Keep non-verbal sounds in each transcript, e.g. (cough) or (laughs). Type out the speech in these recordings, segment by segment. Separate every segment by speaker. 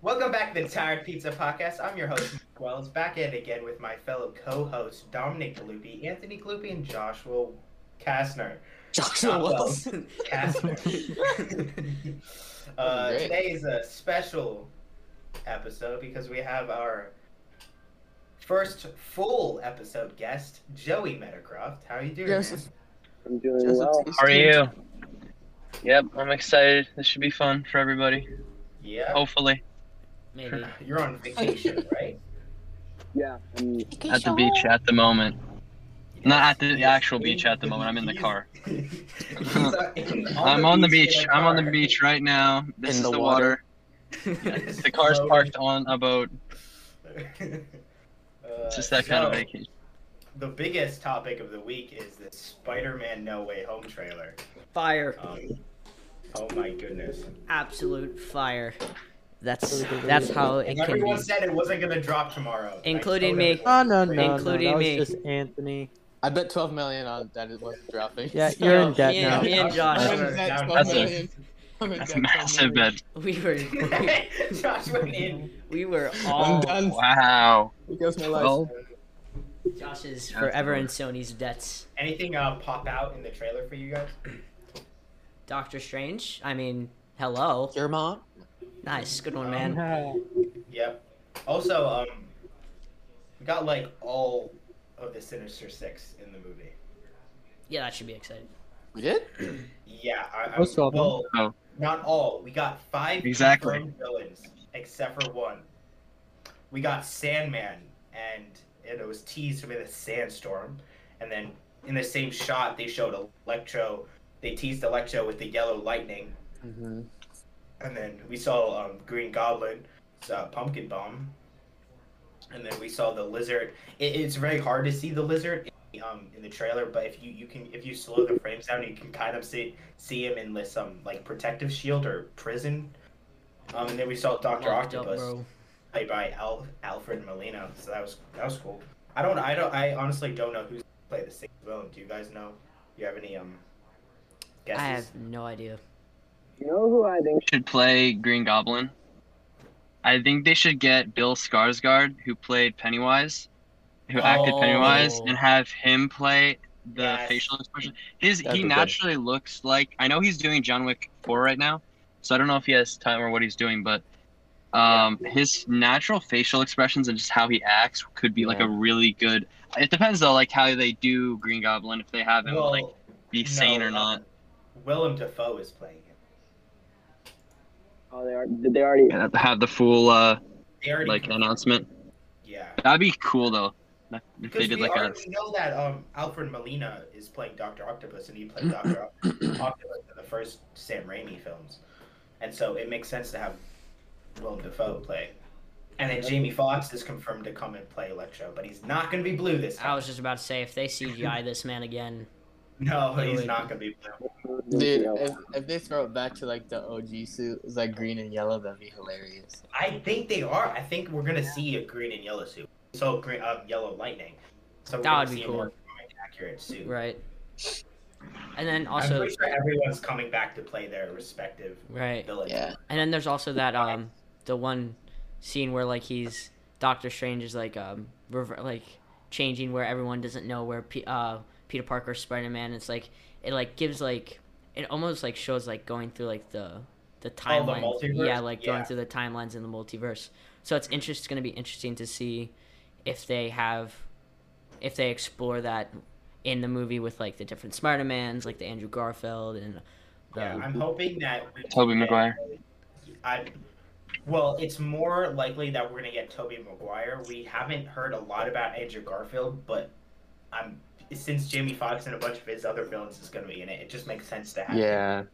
Speaker 1: Welcome back to the Tired Pizza Podcast. I'm your host, Mike Wells, back in again with my fellow co hosts, Dominic Gloopy, Anthony Gloopy, and Joshua Kastner.
Speaker 2: Joshua
Speaker 1: Not
Speaker 2: Wells.
Speaker 3: (laughs)
Speaker 1: Kastner. (laughs) uh,
Speaker 2: Great.
Speaker 1: today is a special episode because we have our first full episode guest, Joey Metacroft. How are you doing?
Speaker 2: Yes.
Speaker 1: man?
Speaker 4: I'm doing
Speaker 2: Joseph's
Speaker 4: well.
Speaker 2: 16.
Speaker 5: How are you? Yep, I'm excited. This should be fun for everybody.
Speaker 1: Yeah.
Speaker 5: Hopefully,
Speaker 3: Maybe.
Speaker 1: You're on vacation, right?
Speaker 4: Yeah, I'm
Speaker 5: at the beach at the moment. Not at the
Speaker 1: Yes.
Speaker 5: actual beach at the moment. I'm in the
Speaker 1: He's-
Speaker 5: car.
Speaker 1: he's on-
Speaker 5: I'm on the beach.
Speaker 1: in a
Speaker 5: I'm on the
Speaker 1: car.
Speaker 5: beach (laughs) right now. This
Speaker 2: In
Speaker 5: is
Speaker 2: the
Speaker 5: the water.
Speaker 1: (laughs)
Speaker 5: The car's
Speaker 1: Boat.
Speaker 5: parked on a boat. It's just that kind of
Speaker 1: Uh, so,
Speaker 5: vacation.
Speaker 1: The biggest topic of the week is the Spider-Man No Way Home trailer.
Speaker 3: Fire.
Speaker 1: Um, oh my goodness!
Speaker 3: Absolute fire. That's that's how it
Speaker 1: And
Speaker 3: can be.
Speaker 1: everyone said it wasn't gonna drop tomorrow, I
Speaker 3: Including
Speaker 1: told
Speaker 3: me.
Speaker 1: everyone.
Speaker 6: Oh no, no, no,
Speaker 3: Including
Speaker 6: that was
Speaker 3: me.
Speaker 6: just Anthony.
Speaker 2: I bet 12 million on that it wasn't dropping.
Speaker 6: Yeah, you're
Speaker 3: No,
Speaker 6: in debt
Speaker 3: he
Speaker 5: (laughs)
Speaker 6: now.
Speaker 3: and- he Um, and Josh
Speaker 2: I'm in
Speaker 3: were-
Speaker 2: debt
Speaker 1: That's
Speaker 2: 12
Speaker 5: a- (laughs)
Speaker 2: million. I'm in
Speaker 5: That's
Speaker 2: debt 12
Speaker 5: massive,
Speaker 2: million.
Speaker 5: bed.
Speaker 3: we
Speaker 1: (laughs)
Speaker 3: were
Speaker 1: Josh went in.
Speaker 3: we were
Speaker 2: I'm
Speaker 3: all
Speaker 2: done.
Speaker 5: Wow.
Speaker 2: Because my life.
Speaker 5: Well,
Speaker 3: Josh's forever in Sony's debts.
Speaker 1: Anything uh, pop out in the trailer for you guys?
Speaker 3: Doctor Strange. I mean, hello.
Speaker 2: Your mom?
Speaker 3: Nice, good one,
Speaker 4: (laughs)
Speaker 3: man.
Speaker 1: Yep. Also, um, we got like all of the Sinister Six in the movie.
Speaker 3: Yeah, that should be exciting.
Speaker 2: We did?
Speaker 1: Yeah, I, I
Speaker 6: Most of them.
Speaker 1: well,
Speaker 5: Oh.
Speaker 1: not all. We got five
Speaker 5: Exactly.
Speaker 1: confirmed villains, except for one. We got Sandman, and and it was teased with a sandstorm, and then in the same shot they showed Electro. They teased Electro with the yellow lightning,
Speaker 2: Mm-hmm.
Speaker 1: and then we saw um, Green Goblin, uh, Pumpkin Bomb, and then we saw the lizard. It, it's very hard to see the lizard in, the, um, in the trailer, but if you, you can if you slow the frames down, you can kind of see see him in this um like protective shield or prison. Um, and then we saw Doctor
Speaker 3: Locked up,
Speaker 1: Octopus
Speaker 3: bro.
Speaker 1: played by Al- Alfred Molina, so that was that was cool. I don't I don't I honestly don't know who's gonna play the sixth villain. Do you guys know? Do you have any um
Speaker 3: I
Speaker 1: guesses?
Speaker 3: have no idea.
Speaker 4: You know who I think?
Speaker 5: should play Green Goblin. I think they should get Bill Skarsgård, who played Pennywise, who acted Pennywise,
Speaker 3: Oh.
Speaker 5: and have him play the
Speaker 1: Yes.
Speaker 5: facial expression. His
Speaker 2: That'd
Speaker 5: he
Speaker 2: be good.
Speaker 5: naturally looks like I know he's doing John Wick four right now, so I don't know if he has time or what he's doing, but um, his natural facial expressions and just how he acts could be like
Speaker 2: Yeah.
Speaker 5: a really good. It depends though, like how they do Green Goblin if they have him
Speaker 1: Well,
Speaker 5: like be sane
Speaker 1: no,
Speaker 5: or not.
Speaker 1: um, Willem Dafoe is playing him.
Speaker 4: Oh, they are. Did they already?
Speaker 5: And have the full uh,
Speaker 1: They already
Speaker 5: like
Speaker 1: confirmed-
Speaker 5: announcement.
Speaker 1: Yeah.
Speaker 5: That'd be cool though. If they
Speaker 1: Because
Speaker 5: did
Speaker 1: we
Speaker 5: like a
Speaker 1: already know that um, Alfred Molina is playing Doctor Octopus, and he
Speaker 5: (clears throat)
Speaker 1: played Doctor Octopus in the first Sam Raimi films, and so it makes sense to have Willem Dafoe play. And then Jamie Foxx is confirmed to come and play Electro, but he's not going to be blue this
Speaker 3: I
Speaker 1: time.
Speaker 3: was just about to say if they CGI this man again,
Speaker 1: No,
Speaker 3: Wait,
Speaker 1: he's
Speaker 3: wait.
Speaker 1: not going to be blue.
Speaker 2: Dude,
Speaker 4: Yeah.
Speaker 2: if, if they throw it back to like the OG suit, it's like green and yellow, that'd be hilarious.
Speaker 1: I think they are. I think we're going to see a green and yellow suit. So green, uh, yellow lightning. So we're
Speaker 3: That
Speaker 1: gonna
Speaker 3: would be
Speaker 1: see a
Speaker 3: cool.
Speaker 1: more accurate suit.
Speaker 3: right? And then
Speaker 1: I'm
Speaker 3: also,
Speaker 1: pretty sure everyone's coming back to play their respective
Speaker 3: right?
Speaker 1: villain.
Speaker 2: Yeah.
Speaker 3: And then there's also that um the one scene where like he's Doctor Strange is like um rever- like changing where everyone doesn't know where P- uh Peter Parker Spider Man. It's like it like gives like it almost like shows like going through like the
Speaker 1: Oh, the
Speaker 3: the timeline.
Speaker 1: multiverse?
Speaker 3: yeah, like going
Speaker 1: Yeah.
Speaker 3: through the timelines in the multiverse. So it's interest it's gonna be interesting to see if they have if they explore that in the movie with like the different Spider Mans, like the Andrew Garfield and the
Speaker 1: Yeah, I'm hoping that we
Speaker 5: Tobey
Speaker 1: get-
Speaker 5: Maguire.
Speaker 1: I well, it's more likely that we're gonna get Toby Maguire. We haven't heard a lot about Andrew Garfield, but I'm since Jamie Foxx and a bunch of his other villains is gonna be in it, it just makes sense to have.
Speaker 2: Yeah.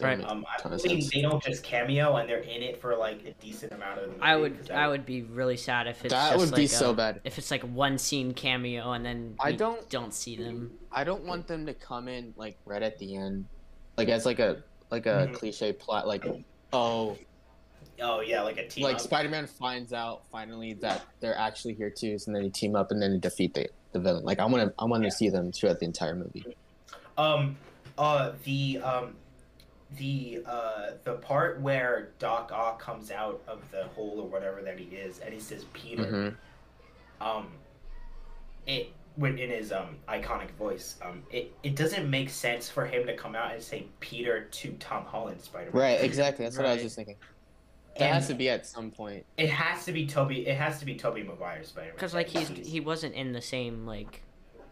Speaker 3: Right.
Speaker 2: That'd
Speaker 1: Um, I'm
Speaker 2: Kinda
Speaker 1: hoping
Speaker 2: sense.
Speaker 1: they don't just cameo and they're in it for like a decent amount of the movie.
Speaker 3: I would
Speaker 1: 'cause that
Speaker 3: I would be really sad if
Speaker 2: be-
Speaker 3: it's
Speaker 2: That
Speaker 3: just
Speaker 2: would
Speaker 3: like um,
Speaker 2: be
Speaker 3: a-
Speaker 6: uh,
Speaker 2: so bad.
Speaker 3: if it's like one scene cameo and then
Speaker 2: I
Speaker 3: we
Speaker 2: don't-
Speaker 3: don't see them.
Speaker 2: I don't want them to come in like right at the end, like as like a like a
Speaker 1: Mhm.
Speaker 2: cliche plot, like oh
Speaker 1: Oh yeah, like a team.
Speaker 2: like
Speaker 1: up.
Speaker 2: Spider-Man finds out finally that they're actually here too, and then they team up and then they defeat the, the villain. Like I want to, I want to see them throughout the entire movie.
Speaker 1: Um, uh, the um, the uh, the part where Doc Ock comes out of the hole or whatever that he is, and he says Peter.
Speaker 2: Mm-hmm.
Speaker 3: Mm-hmm.
Speaker 1: Um, it when in his um iconic voice, um, it it doesn't make sense for him to come out and say Peter to Tom Holland Spider Man.
Speaker 2: Right, exactly. That's what I was
Speaker 3: Right.
Speaker 2: just thinking. That has to be at some point.
Speaker 1: It has to be Toby. It has to be Toby Maguire Spider Man.
Speaker 3: Because like he's he wasn't in the same like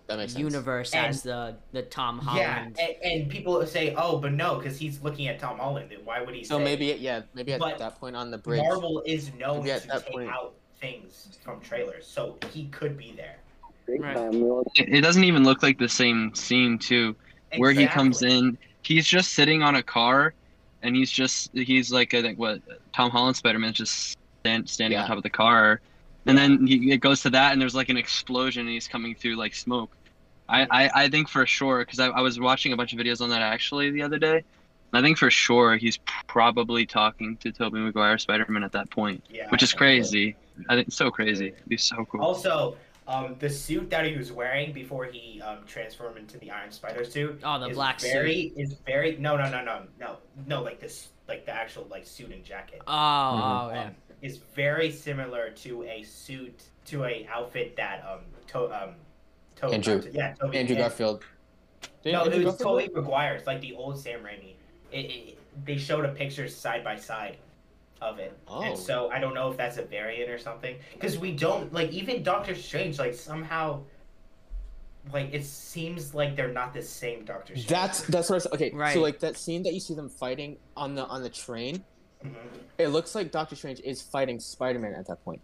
Speaker 2: That makes sense.
Speaker 3: universe
Speaker 1: And-
Speaker 3: as the the Tom
Speaker 1: Yeah,
Speaker 3: Holland.
Speaker 1: and, and people say, "Oh, but no, because he's looking at Tom Holland. Then why would he?"
Speaker 2: So
Speaker 1: say
Speaker 2: maybe, it- yeah, maybe at
Speaker 1: But
Speaker 2: that point on the bridge.
Speaker 1: Marvel is known
Speaker 2: Yeah,
Speaker 1: to
Speaker 2: that
Speaker 1: take
Speaker 2: point.
Speaker 1: out things from trailers, so he could be there.
Speaker 4: Big
Speaker 3: Right.
Speaker 4: time. Well,
Speaker 5: It, it doesn't even look like the same scene too, where he comes
Speaker 1: Exactly.
Speaker 5: in. He's just sitting on a car, and he's just he's like I think what Tom Holland Spider Man's just stand, standing
Speaker 2: Yeah.
Speaker 5: on top of the car, and then he, it goes to that, and there's like an explosion, and he's coming through like smoke. I, I, I think for sure because I, I was watching a bunch of videos on that actually the other day. and I think for sure he's probably talking to Tobey Maguire Spider Man at that point,
Speaker 1: Yeah. Oh.
Speaker 5: which is crazy. I think so crazy. It'd be so cool.
Speaker 1: Also, um, the suit that he was wearing before he um, transformed into the Iron Spider suit
Speaker 3: oh, the
Speaker 1: is
Speaker 3: black
Speaker 1: very
Speaker 3: suit.
Speaker 1: is very no no no no no no like this like the actual like suit and jacket
Speaker 3: Oh,
Speaker 2: Mm-hmm.
Speaker 3: oh yeah.
Speaker 1: um, is very similar to a suit to a outfit that um to um to-
Speaker 2: Andrew-
Speaker 1: yeah Toby,
Speaker 2: Andrew
Speaker 1: yeah.
Speaker 2: Garfield. Did
Speaker 1: No,
Speaker 2: Andrew
Speaker 1: it was
Speaker 2: Garfield
Speaker 1: Tobey Maguire. It's like the old Sam Raimi. It, it, they showed a picture side by side of it,
Speaker 2: Oh.
Speaker 1: and so I don't know if that's a variant or something. Because we don't like even Doctor Strange. Like somehow, like it seems like they're not the same Doctor Strange.
Speaker 2: That's that's what I was okay.
Speaker 3: Right.
Speaker 2: So like that scene that you see them fighting on the on the train,
Speaker 1: Mhm.
Speaker 2: it looks like Doctor Strange is fighting Spider Man at that point.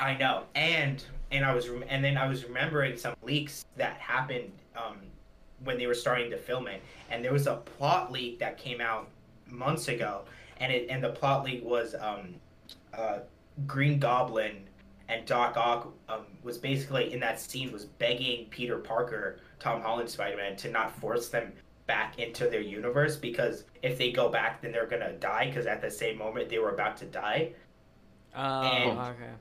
Speaker 1: I know, and and I was rem- and then I was remembering some leaks that happened um, when they were starting to film it, and there was a plot leak that came out months ago, and it and the plot leak was um, uh, Green Goblin and Doc Ock um, was basically in that scene was begging Peter Parker, Tom Holland, Spider Man to not force them back into their universe because if they go back then they're gonna die because at the same moment they were about to die
Speaker 3: Oh,
Speaker 1: and-
Speaker 3: okay.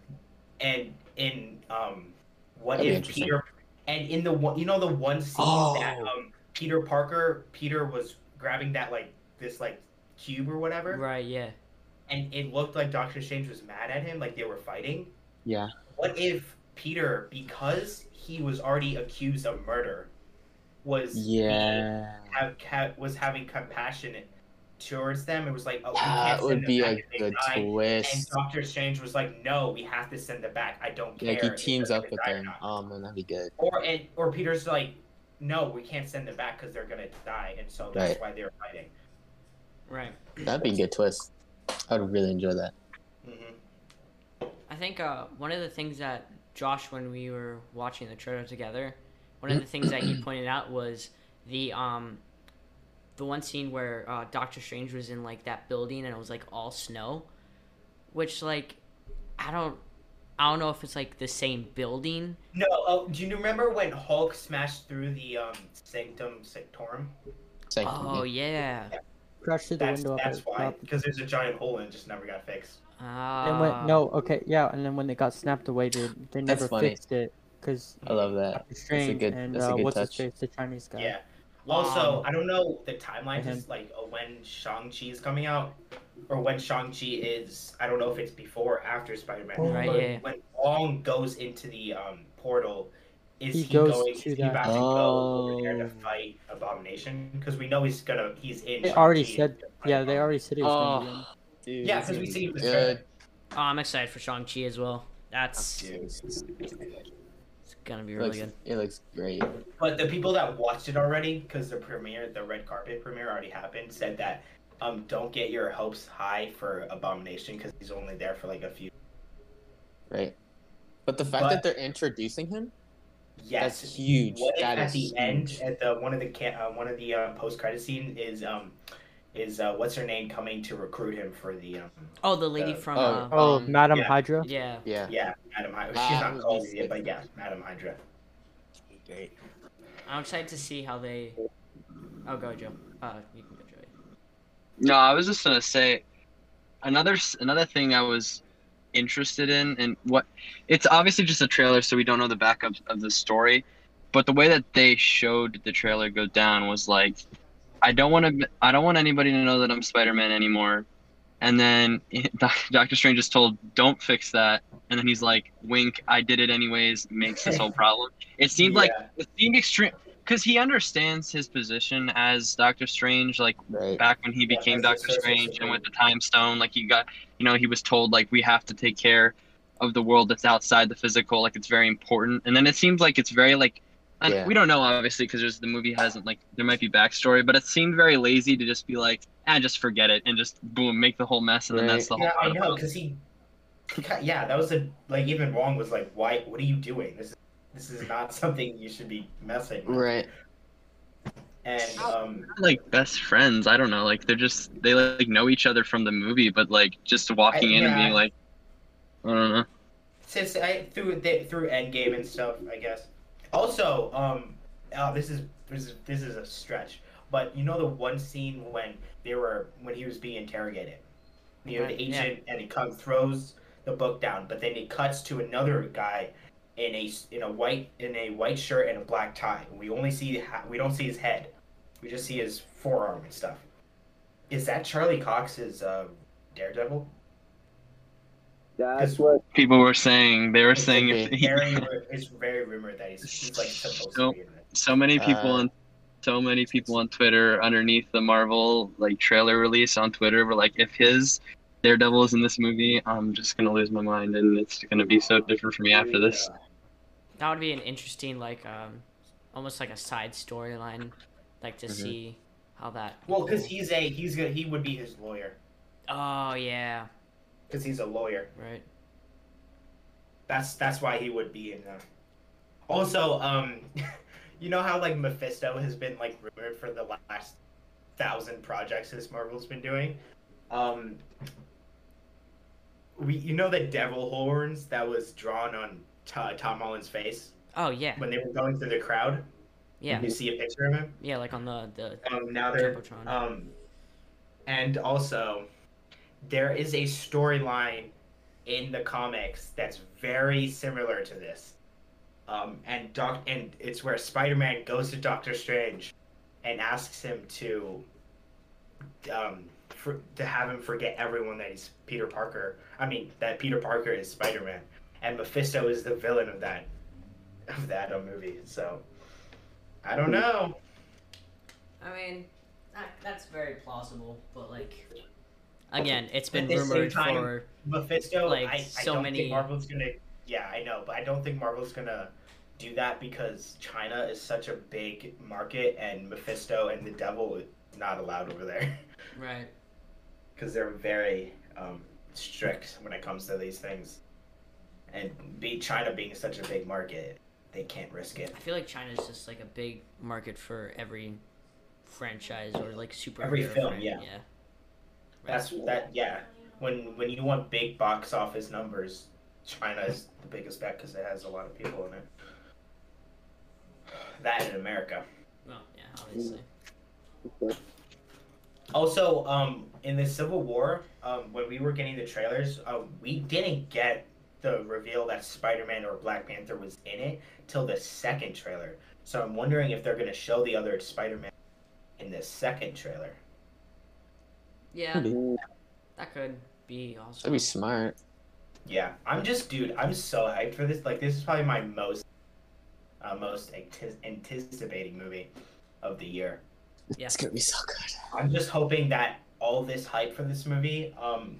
Speaker 1: and in um what
Speaker 2: That'd be
Speaker 1: if
Speaker 2: interesting.
Speaker 1: Peter and in the one you know the one scene
Speaker 2: Oh.
Speaker 1: that um Peter Parker Peter was grabbing that like this like cube or whatever
Speaker 3: Right, yeah.
Speaker 1: and it looked like Doctor Strange was mad at him like they were fighting
Speaker 2: Yeah.
Speaker 1: what if Peter because he was already accused of murder was
Speaker 2: Yeah.
Speaker 1: have, ha- was having compassion towards them it was like oh we can't
Speaker 2: That
Speaker 1: send
Speaker 2: would
Speaker 1: them
Speaker 2: be
Speaker 1: back
Speaker 2: a
Speaker 1: if they
Speaker 2: good
Speaker 1: die. And
Speaker 2: twist.
Speaker 1: Doctor Strange was like, "No, we have to send them back. I don't care."
Speaker 2: Like he
Speaker 1: if
Speaker 2: teams
Speaker 1: they're
Speaker 2: up
Speaker 1: gonna
Speaker 2: with
Speaker 1: die or
Speaker 2: them.
Speaker 1: not."
Speaker 2: Oh man, that'd be good.
Speaker 1: Or and or Peter's like, "No, we can't send them back because they're gonna die," and so that's
Speaker 2: Right.
Speaker 1: why they're fighting.
Speaker 3: Right.
Speaker 2: That'd be a good twist. I'd really enjoy that.
Speaker 1: hmm
Speaker 3: I think uh, one of the things that Josh, when we were watching the trailer together, one of the things that he pointed out was the um, the one scene where uh, Doctor Strange was in like that building and it was like all snow, which like I don't I don't know if it's like the same building.
Speaker 1: No, oh, do you remember when Hulk smashed through the um, Sanctum Sanctorum?
Speaker 2: Sanctum.
Speaker 3: Oh yeah.
Speaker 6: crushed through the
Speaker 1: That's
Speaker 6: window up
Speaker 1: that's
Speaker 6: at the
Speaker 1: why
Speaker 6: top.
Speaker 1: because there's a giant hole and it just never got fixed.
Speaker 6: And
Speaker 3: Ah.
Speaker 6: when, no, okay, yeah, and then when it got snapped away, dude, they
Speaker 2: That's
Speaker 6: never
Speaker 2: funny.
Speaker 6: fixed it because
Speaker 2: I love that.
Speaker 6: Strange
Speaker 2: good-
Speaker 6: and
Speaker 2: that's a
Speaker 6: uh,
Speaker 2: good
Speaker 6: what's
Speaker 2: touch.
Speaker 6: his face, the Chinese guy.
Speaker 1: Yeah. Also,
Speaker 3: Um,
Speaker 1: I don't know the timeline
Speaker 6: Mhm.
Speaker 1: just like uh, when Shang Chi is coming out, or when Shang Chi is. I don't know if it's before or after Spider Man.
Speaker 6: Right,
Speaker 3: yeah.
Speaker 1: When Wong goes into the um, portal, is he,
Speaker 6: He goes
Speaker 1: going? Is
Speaker 6: to
Speaker 1: he
Speaker 6: that-
Speaker 1: about to go over there to
Speaker 2: Oh.
Speaker 1: fight Abomination? Because we know he's gonna. He's in.
Speaker 6: They already
Speaker 1: Shang-Chi.
Speaker 6: said, yeah, they already said it was gonna be
Speaker 2: Oh,
Speaker 6: in.
Speaker 2: dude,
Speaker 1: Yeah,
Speaker 2: that's
Speaker 1: because we
Speaker 2: gonna
Speaker 1: see
Speaker 2: be
Speaker 1: him in the
Speaker 2: good.
Speaker 1: trailer.
Speaker 3: Oh, I'm excited for Shang Chi as well. That's
Speaker 2: Dude,
Speaker 3: it's gonna be
Speaker 2: It
Speaker 3: really
Speaker 2: looks,
Speaker 3: good.
Speaker 2: it looks great.
Speaker 1: But the people that watched it already, because the premiere, the red carpet premiere already happened, said that um, don't get your hopes high for Abomination because he's only there for like a few.
Speaker 2: Right. But the fact
Speaker 1: But-
Speaker 2: that they're introducing him,
Speaker 1: Yes,
Speaker 2: that's huge.
Speaker 1: What if
Speaker 2: That
Speaker 1: at
Speaker 2: is
Speaker 1: the end,
Speaker 2: huge.
Speaker 1: at the one of the ca- uh, one of the uh, post credit scene is um is uh, what's her name coming to recruit him for the um
Speaker 3: Oh, the lady
Speaker 1: Uh,
Speaker 3: from
Speaker 2: oh.
Speaker 3: uh,
Speaker 6: Oh,
Speaker 2: Um,
Speaker 6: Madam
Speaker 1: yeah.
Speaker 6: Hydra.
Speaker 3: yeah.
Speaker 2: Yeah.
Speaker 1: yeah Madam Hydra.
Speaker 2: Ah,
Speaker 1: She's
Speaker 2: that
Speaker 1: not
Speaker 2: would
Speaker 1: called
Speaker 2: be
Speaker 1: it,
Speaker 2: sick.
Speaker 1: but yeah, Madam Hydra.
Speaker 2: Great.
Speaker 3: I'm excited to see how they. Oh, go Joe. Uh, you can go Joey.
Speaker 5: No, I was just gonna say, another s- another thing I was interested in, and what it's obviously just a trailer, so we don't know the backup of the story. But the way that they showed the trailer go down was like, I don't want to, I don't want anybody to know that I'm Spider-Man anymore. And then (laughs) Doctor Strange is told, "Don't fix that." And then he's like, "Wink, I did it anyways." Makes this whole problem. It seemed like
Speaker 1: Yeah.
Speaker 5: it seemed extreme because he understands his position as Doctor Strange. Like
Speaker 2: Right.
Speaker 5: back when he
Speaker 1: Yeah,
Speaker 5: became
Speaker 1: that's
Speaker 5: Doctor
Speaker 1: the social
Speaker 5: Strange and
Speaker 1: story.
Speaker 5: with the Time Stone, like he got, you know, he was told like we have to take care of the world that's outside the physical, like it's very important. And then it seems like it's very like, and
Speaker 2: Yeah.
Speaker 5: we don't know obviously because there's the movie hasn't like there might be backstory, but it seemed very lazy to just be like, ah, just forget it and just boom make the whole mess and
Speaker 2: Right.
Speaker 5: then that's the whole.
Speaker 1: Yeah, I
Speaker 5: plot of
Speaker 1: know,
Speaker 5: it.
Speaker 1: because he, he ki- yeah, that was a like even Wong was like, why? What are you doing? This is this is not (laughs) something you should be messing with.
Speaker 2: Right.
Speaker 1: And um,
Speaker 5: They're, like best friends. I don't know. Like they're just they like know each other from the movie, but like just walking in and
Speaker 1: yeah.
Speaker 5: being like, I don't know.
Speaker 1: since I through the, through Endgame and stuff, I guess. Also, um, oh, this is this is this is a stretch, but you know the one scene when they were when he was being interrogated, you know
Speaker 3: Right,
Speaker 1: the
Speaker 3: yeah.
Speaker 1: agent, and he comes throws the book down, but then it cuts to another guy in a s- in a white in a white shirt and a black tie. We only see ha- we don't see his head, we just see his forearm and stuff. Is that Charlie Cox's uh, Daredevil?
Speaker 4: That's
Speaker 1: Yes.
Speaker 4: what
Speaker 5: People were saying they were
Speaker 1: It's
Speaker 5: saying
Speaker 2: like
Speaker 5: if (laughs)
Speaker 2: they-
Speaker 5: he-
Speaker 1: Very, ru- it's very rumored that he's, he's like supposed
Speaker 5: Nope.
Speaker 1: to be in it.
Speaker 5: so many people
Speaker 2: Uh,
Speaker 5: on so many people on Twitter underneath the Marvel like trailer release on Twitter were like, if his Daredevil is in this movie, I'm just gonna lose my mind and it's gonna be so different for me after this.
Speaker 3: That would be an interesting, like, um, almost like a side storyline, like to
Speaker 2: Mhm.
Speaker 3: see how that.
Speaker 1: Well, because he's a he's gonna he would be his lawyer
Speaker 3: Oh yeah,
Speaker 1: because he's a lawyer.
Speaker 3: right.
Speaker 1: That's that's why he would be in there. Also, um, (laughs) you know how like Mephisto has been like rumored for the last thousand projects this Marvel's been doing. Um, we you know the devil horns that was drawn on T- Tom Holland's face
Speaker 3: Oh yeah,
Speaker 1: when they were going through the crowd.
Speaker 3: yeah,
Speaker 1: you see a picture of him.
Speaker 3: yeah. Like on the the
Speaker 1: Um, now they're
Speaker 3: jumbotron.
Speaker 1: um, and also there is a storyline in the comics that's very similar to this. Um, and doc and it's where Spider-Man goes to Doctor Strange and asks him to um for, to have him forget everyone that he's Peter Parker. I mean that Peter Parker is Spider-Man, and Mephisto is the villain of that of that uh, movie. So I don't know.
Speaker 3: I mean, that, that's very plausible, but like, again, it's
Speaker 1: At
Speaker 3: been
Speaker 1: the same
Speaker 3: rumored
Speaker 1: time-
Speaker 3: for.
Speaker 1: Mephisto,
Speaker 3: Like,
Speaker 1: I, I
Speaker 3: so
Speaker 1: don't
Speaker 3: many-
Speaker 1: think Marvel's gonna. Yeah, I know, but I don't think Marvel's gonna do that because China is such a big market, and Mephisto and the Devil is not allowed over there (laughs)
Speaker 3: Right.
Speaker 1: because they're very um, strict when it comes to these things. And be China being such a big market, they can't risk it.
Speaker 3: I feel like China's just like a big market for every franchise or like super
Speaker 1: Every film, yeah.
Speaker 3: yeah.
Speaker 1: That's that. Yeah, when when you want big box office numbers, China is the biggest bet because it has a lot of people in it. That in America.
Speaker 3: Well, yeah, obviously.
Speaker 1: Also, um, in the Civil War, um, when we were getting the trailers, uh, we didn't get the reveal that Spider-Man or Black Panther was in it till the second trailer. So I'm wondering if they're gonna show the other Spider-Man in the second trailer.
Speaker 3: Yeah,
Speaker 4: mm,
Speaker 6: Pretty.
Speaker 3: that could be also.
Speaker 2: That'd be smart.
Speaker 1: Yeah, I'm just, dude, I'm so hyped for this. Like, this is probably my most, uh, most anti- anticipating movie of the year.
Speaker 3: Yeah.
Speaker 2: It's gonna be so good.
Speaker 1: I'm just hoping that all this hype for this movie, um,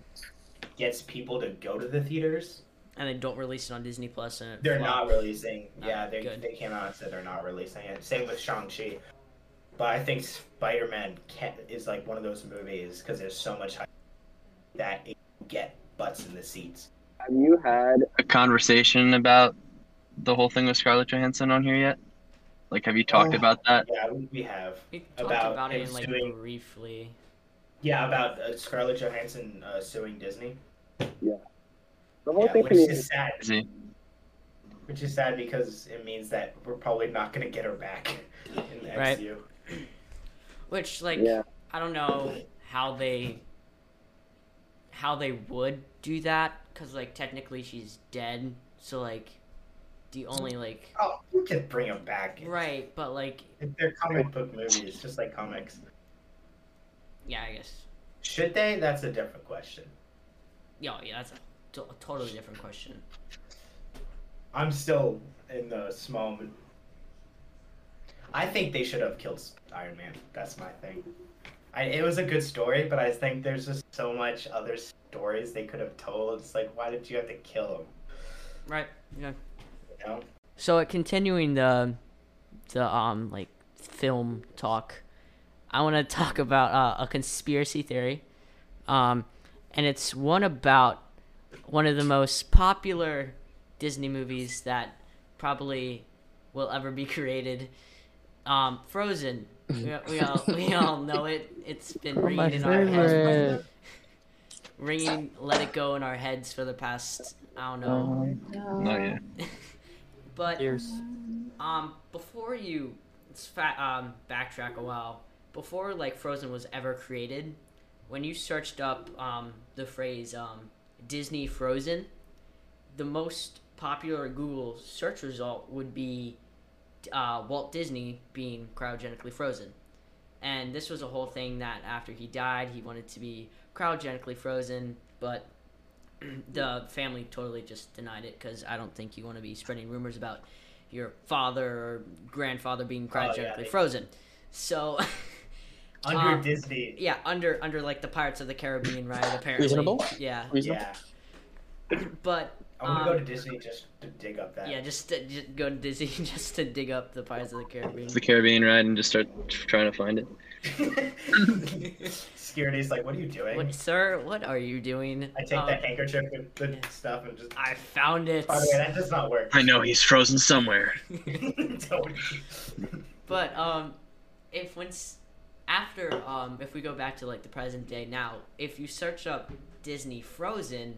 Speaker 1: gets people to go to the theaters
Speaker 3: and they don't release it on Disney Plus and it
Speaker 1: They're
Speaker 3: flopped.
Speaker 1: not releasing. Yeah,
Speaker 3: Ah,
Speaker 1: they,
Speaker 3: good.
Speaker 1: they came out and said they're not releasing it. Same with Shang-Chi. But I think Spider-Man can, is like one of those movies because there's so much hype that it can get butts in the seats.
Speaker 4: have you had?
Speaker 5: A conversation about the whole thing with Scarlett Johansson on here yet? Like, have you talked
Speaker 1: Oh.
Speaker 5: about that?
Speaker 1: Yeah, we, we have.
Speaker 3: We talked about,
Speaker 1: about
Speaker 3: it
Speaker 1: him
Speaker 3: in, like
Speaker 1: suing-
Speaker 3: briefly.
Speaker 1: Yeah, about uh, Scarlett Johansson uh, suing Disney.
Speaker 4: The whole
Speaker 1: Yeah,
Speaker 4: thing
Speaker 1: which
Speaker 4: for me
Speaker 1: is
Speaker 4: is
Speaker 1: sad.
Speaker 5: Is he-
Speaker 1: Which is sad because it means that we're probably not gonna get her back in the
Speaker 3: Right.
Speaker 1: MCU.
Speaker 3: Which like
Speaker 4: Yeah.
Speaker 3: I don't know how they how they would do that because like technically she's dead, so like the only like
Speaker 1: Oh, you can bring them back. It's-
Speaker 3: right, but like
Speaker 1: They're comic book movies, just like comics.
Speaker 3: yeah, I guess
Speaker 1: Should they? That's a different question.
Speaker 3: yeah, yeah, that's a, to- a totally different question.
Speaker 1: I'm still in the small. I think they should have killed Iron Man. That's my thing. I, it was a good story, but I think there's just so much other stories they could have told. It's like, why did you have to kill him?
Speaker 3: Right. Yeah.
Speaker 1: You know?
Speaker 3: So uh, continuing the the um like film talk, I want to (laughs) talk about uh, a conspiracy theory, um, and it's one about one of the most popular Disney movies that probably will ever be (laughs) created, um, Frozen. We, we all we all know it. It's been
Speaker 6: Oh, my
Speaker 3: ringing in our heads,
Speaker 6: favorite.
Speaker 3: (laughs) ringing "Let It Go" in our heads for the past I don't
Speaker 6: Oh,
Speaker 3: know.
Speaker 5: No, yeah.
Speaker 3: But
Speaker 6: Years.
Speaker 3: um, before you let's fa- um, backtrack a while, before like Frozen was ever created, when you searched up um, the phrase um, Disney Frozen, the most popular Google search result would be uh, Walt Disney being cryogenically frozen. And this was a whole thing that after he died, he wanted to be cryogenically frozen, but (clears throat) the family totally just denied it because I don't think you want to be spreading rumors about your father or grandfather being cryogenically
Speaker 1: they-
Speaker 3: frozen. So, (laughs)
Speaker 1: Under
Speaker 3: Um,
Speaker 1: Disney.
Speaker 3: yeah, under under like the Pirates of the Caribbean ride, apparently.
Speaker 2: Reasonable.
Speaker 3: Yeah,
Speaker 2: Reasonable.
Speaker 1: Yeah.
Speaker 3: but
Speaker 1: I want to go
Speaker 3: um,
Speaker 1: to Disney just to dig up that.
Speaker 3: yeah, just, to, just go to Disney (laughs) just to dig up the Pirates of the Caribbean.
Speaker 5: It's the Caribbean ride and just start trying to find it.
Speaker 1: (laughs) Security's like, what are you doing?
Speaker 3: What, sir, what are you doing?
Speaker 1: I take
Speaker 3: Um,
Speaker 1: that handkerchief and the
Speaker 3: yeah.
Speaker 1: stuff and just.
Speaker 3: I found it.
Speaker 1: By the way, that does not work.
Speaker 5: I know he's frozen somewhere.
Speaker 1: (laughs) Don't-
Speaker 3: But um, if once after um, if we go back to like the present day now, if you search up Disney Frozen,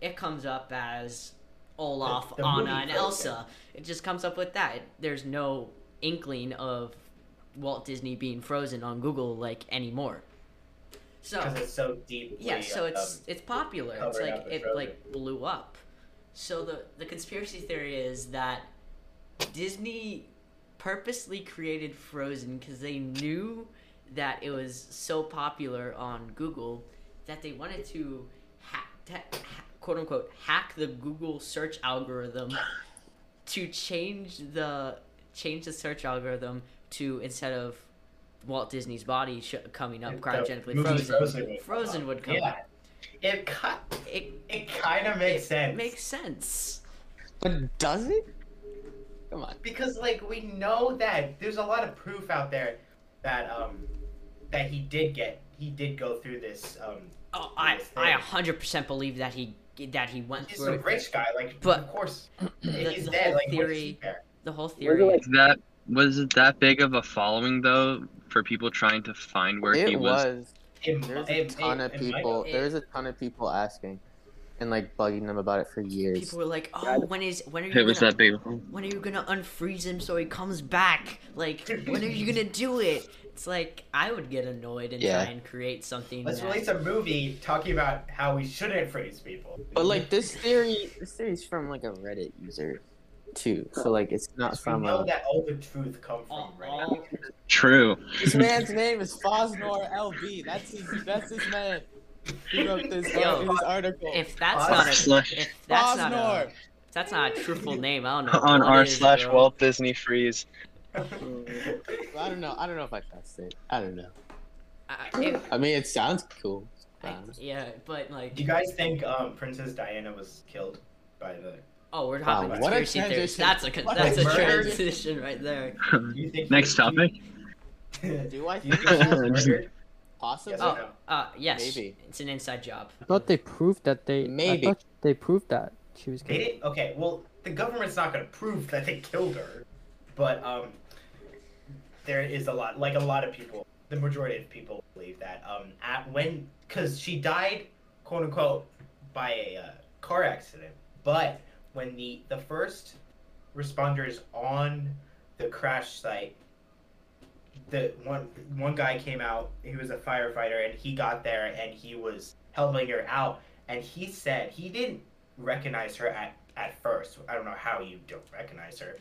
Speaker 3: it comes up as Olaf,
Speaker 1: The- the
Speaker 3: Anna,
Speaker 1: movie
Speaker 3: and
Speaker 1: Frozen.
Speaker 3: Elsa. It just comes up with that. There's no inkling of Walt Disney being frozen on Google like anymore. So
Speaker 1: Because it's so deep.
Speaker 3: yeah, so
Speaker 1: um,
Speaker 3: it's it's popular. It's
Speaker 1: covered
Speaker 3: like
Speaker 1: up with
Speaker 3: it
Speaker 1: Frozen.
Speaker 3: like blew up. So the the conspiracy theory is that Disney purposely created Frozen because they knew that it was so popular on Google that they wanted to hack, ha- ha- quote unquote hack the Google search algorithm to change the change the search algorithm to instead of Walt Disney's body sh- coming up
Speaker 1: The
Speaker 3: cryogenically
Speaker 1: movie Frozen would
Speaker 3: frozen.
Speaker 1: come
Speaker 3: Frozen
Speaker 1: up.
Speaker 3: would come
Speaker 1: yeah.
Speaker 3: up.
Speaker 1: It cut.
Speaker 3: It,
Speaker 1: It kind of makes sense.
Speaker 3: it makes sense.
Speaker 2: But does it? Come on.
Speaker 1: because like we know that there's a lot of proof out there that um that he did get he did go through this um
Speaker 3: Oh, I
Speaker 1: Yes,
Speaker 3: I
Speaker 1: yeah.
Speaker 3: 100% believe that he that he went
Speaker 1: he's
Speaker 3: through
Speaker 1: a
Speaker 3: it.
Speaker 1: rich guy like
Speaker 3: But-
Speaker 1: of course
Speaker 3: the
Speaker 1: he's
Speaker 3: whole
Speaker 1: dead like what is
Speaker 3: theory-
Speaker 1: he there?
Speaker 3: the whole
Speaker 4: Where
Speaker 3: theory.
Speaker 4: do, like,
Speaker 5: Was that was it that big of a following though for people trying to find where he
Speaker 2: It
Speaker 5: was?
Speaker 2: was.
Speaker 1: It,
Speaker 2: There's a
Speaker 1: it-
Speaker 2: ton
Speaker 1: it-
Speaker 2: of
Speaker 1: it might-
Speaker 2: people.
Speaker 3: it-
Speaker 2: There's a ton of people asking, and like bugging them about it for years.
Speaker 3: People were like, "Oh, when is when are you
Speaker 5: It was
Speaker 3: gonna,
Speaker 5: that big. of a-
Speaker 3: when are you gonna unfreeze him so he comes back? Like, when are you
Speaker 1: (laughs)
Speaker 3: gonna do it?" It's like I would get annoyed and
Speaker 2: Yeah.
Speaker 3: try and create something.
Speaker 1: let's
Speaker 3: that-
Speaker 1: release a movie talking about how we shouldn't freeze people
Speaker 2: But like this theory, this theory's from like a Reddit user, too. So like it's not
Speaker 1: we
Speaker 2: from
Speaker 1: know
Speaker 2: a.
Speaker 1: that all the truth come from
Speaker 3: all,
Speaker 1: (laughs) right
Speaker 3: all,
Speaker 5: True.
Speaker 2: This man's name is Fosnor LB. That's his. That's his name. He wrote this,
Speaker 3: Yo.
Speaker 2: this article.
Speaker 3: if that's
Speaker 1: Fos-
Speaker 3: not a
Speaker 5: Slash-
Speaker 3: if that's not a if that's not a truthful name, I don't know.
Speaker 5: on
Speaker 3: what
Speaker 5: r
Speaker 3: is,
Speaker 5: slash
Speaker 3: bro.
Speaker 5: Walt Disney freeze.
Speaker 2: I don't know. I don't know if I trust it. I don't know.
Speaker 3: I- I- if-
Speaker 2: I mean, it sounds cool. Um,
Speaker 3: I- yeah, but like,
Speaker 1: do you guys think um princess diana was killed by the
Speaker 3: oh, we're talking
Speaker 2: Wow, what a
Speaker 3: conspiracy theories.
Speaker 2: transition.
Speaker 3: That's a con-
Speaker 2: What
Speaker 1: a
Speaker 3: that's a
Speaker 1: murder.
Speaker 3: transition right there.
Speaker 1: do you think
Speaker 5: Next
Speaker 1: do you-
Speaker 5: topic.
Speaker 1: do
Speaker 2: Do I
Speaker 1: you
Speaker 5: (laughs)
Speaker 2: think
Speaker 1: think she was
Speaker 2: that's
Speaker 1: murdered?
Speaker 2: possible?
Speaker 1: Yes or
Speaker 3: Oh,
Speaker 1: no?
Speaker 3: uh, yes,
Speaker 2: Maybe.
Speaker 3: it's an inside job.
Speaker 6: I thought they proved that they.
Speaker 2: Maybe.
Speaker 6: I thought they proved that she was.
Speaker 1: They
Speaker 6: Gay.
Speaker 1: didn't. Okay, well, the government's not going to prove that they killed her, but um, there is a lot. Like a lot of people, the majority of people believe that um, at when because she died, quote unquote, by a uh, car accident. But when the the first responders on the crash site, the one one guy came out. He was a firefighter, and he got there, and he was Hellblazer out, and he said he didn't recognize her at at first. I don't know how you don't recognize her,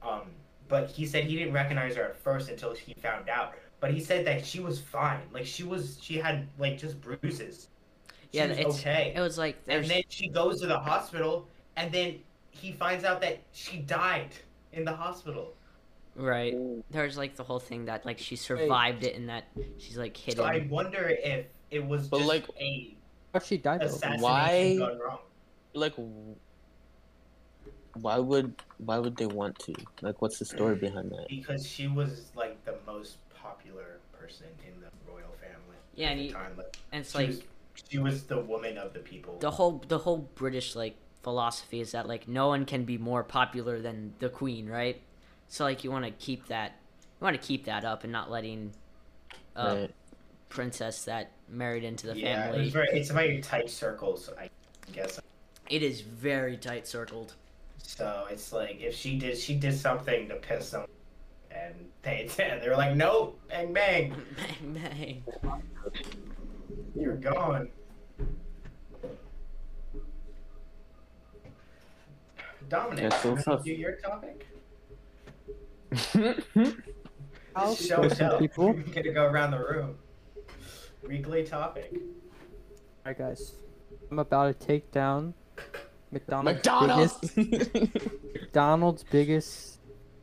Speaker 1: um, but he said he didn't recognize her at first until he found out. But he said that she was fine, like she was, she had like just bruises. She
Speaker 3: Yeah,
Speaker 1: was
Speaker 3: it's-
Speaker 1: okay.
Speaker 3: It was like
Speaker 1: And
Speaker 3: there's
Speaker 1: then she goes to the hospital, and then he finds out that she died in the hospital.
Speaker 3: right.
Speaker 4: Mm.
Speaker 3: There's like the whole thing that like she survived it and that she's like
Speaker 1: So I
Speaker 3: hidden.
Speaker 1: wonder if it was
Speaker 2: But,
Speaker 1: just
Speaker 2: like,
Speaker 1: a
Speaker 6: Actually, died though.
Speaker 1: assassination
Speaker 2: Why-
Speaker 1: gone wrong.
Speaker 2: Like, w- why would why would they want to? Like, what's the story behind that?
Speaker 1: Because she was like the most popular person in the royal family.
Speaker 3: Yeah,
Speaker 1: at
Speaker 3: and
Speaker 1: the
Speaker 3: you-
Speaker 1: time. Like,
Speaker 3: And it's
Speaker 1: she,
Speaker 3: like
Speaker 1: was, she was the woman of the people.
Speaker 3: the whole the whole British like philosophy is that like no one can be more popular than the queen, right? So like you want to keep that you want to keep that up and not letting a
Speaker 2: Right.
Speaker 3: princess that married into the
Speaker 1: yeah, it
Speaker 3: family.
Speaker 1: was very, it's a very tight circle, so I guess.
Speaker 3: It is very tight circled.
Speaker 1: So it's like if she did, she did something to piss them, and they (laughs) they were like, nope, bang bang,
Speaker 3: (laughs) bang bang.
Speaker 1: you're gone. Dominic,
Speaker 2: That's so
Speaker 1: wanna
Speaker 2: tough.
Speaker 1: do your topic.
Speaker 6: (laughs) I'll
Speaker 1: Show and
Speaker 6: some
Speaker 1: tell.
Speaker 6: people.
Speaker 1: We're gonna go around the room. Weekly topic.
Speaker 6: Alright, guys. I'm about to take down McDonald's.
Speaker 2: McDonald's.
Speaker 6: biggest- McDonald's biggest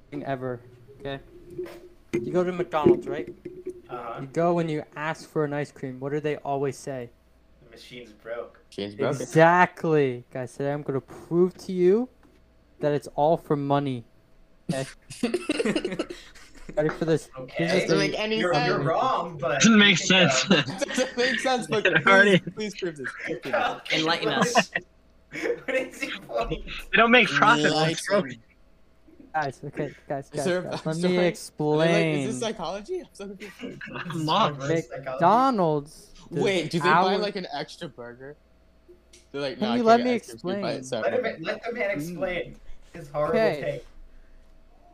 Speaker 6: thing ever. Okay. You go to McDonald's, right?
Speaker 1: Uh-huh.
Speaker 6: You go and you ask for an ice cream. What do they always say?
Speaker 1: The machine's broke.
Speaker 2: (laughs)
Speaker 3: (laughs)
Speaker 2: James Broken.
Speaker 6: Exactly, guys. Today I'm gonna prove to you that it's all for money. Ready for this?
Speaker 1: Okay.
Speaker 6: This is
Speaker 2: Doesn't make
Speaker 6: the,
Speaker 2: any
Speaker 1: You're, you're
Speaker 2: sense. (laughs)
Speaker 1: wrong, but
Speaker 5: Doesn't
Speaker 1: you
Speaker 5: make
Speaker 1: can (laughs)
Speaker 5: sense.
Speaker 1: go.
Speaker 2: Doesn't make sense. (laughs) But
Speaker 5: It
Speaker 2: please,
Speaker 5: already-
Speaker 2: please prove this. Prove (laughs) this.
Speaker 3: Enlighten
Speaker 1: What is-
Speaker 3: us.
Speaker 1: (laughs) what is your point?
Speaker 5: (laughs) They don't make profit.
Speaker 2: Like,
Speaker 5: Like, bro.
Speaker 6: guys, okay, guys, guys,
Speaker 2: there- (laughs)
Speaker 6: guys.
Speaker 2: I'm
Speaker 6: Let
Speaker 2: sorry.
Speaker 6: me
Speaker 2: They're like,
Speaker 6: explain.
Speaker 2: Like, is this psychology? I'm so confused.
Speaker 5: I'm lost.
Speaker 6: McDonald's. does
Speaker 2: Wait, do they buy
Speaker 6: our-
Speaker 2: like an extra burger? They're like,
Speaker 6: Can
Speaker 2: nah,
Speaker 6: you
Speaker 2: I
Speaker 6: let
Speaker 2: can't
Speaker 6: me
Speaker 2: get ice cream, you buy it
Speaker 6: explain?
Speaker 1: Let,
Speaker 2: separate."
Speaker 1: him, let the man explain his horrible
Speaker 6: Okay.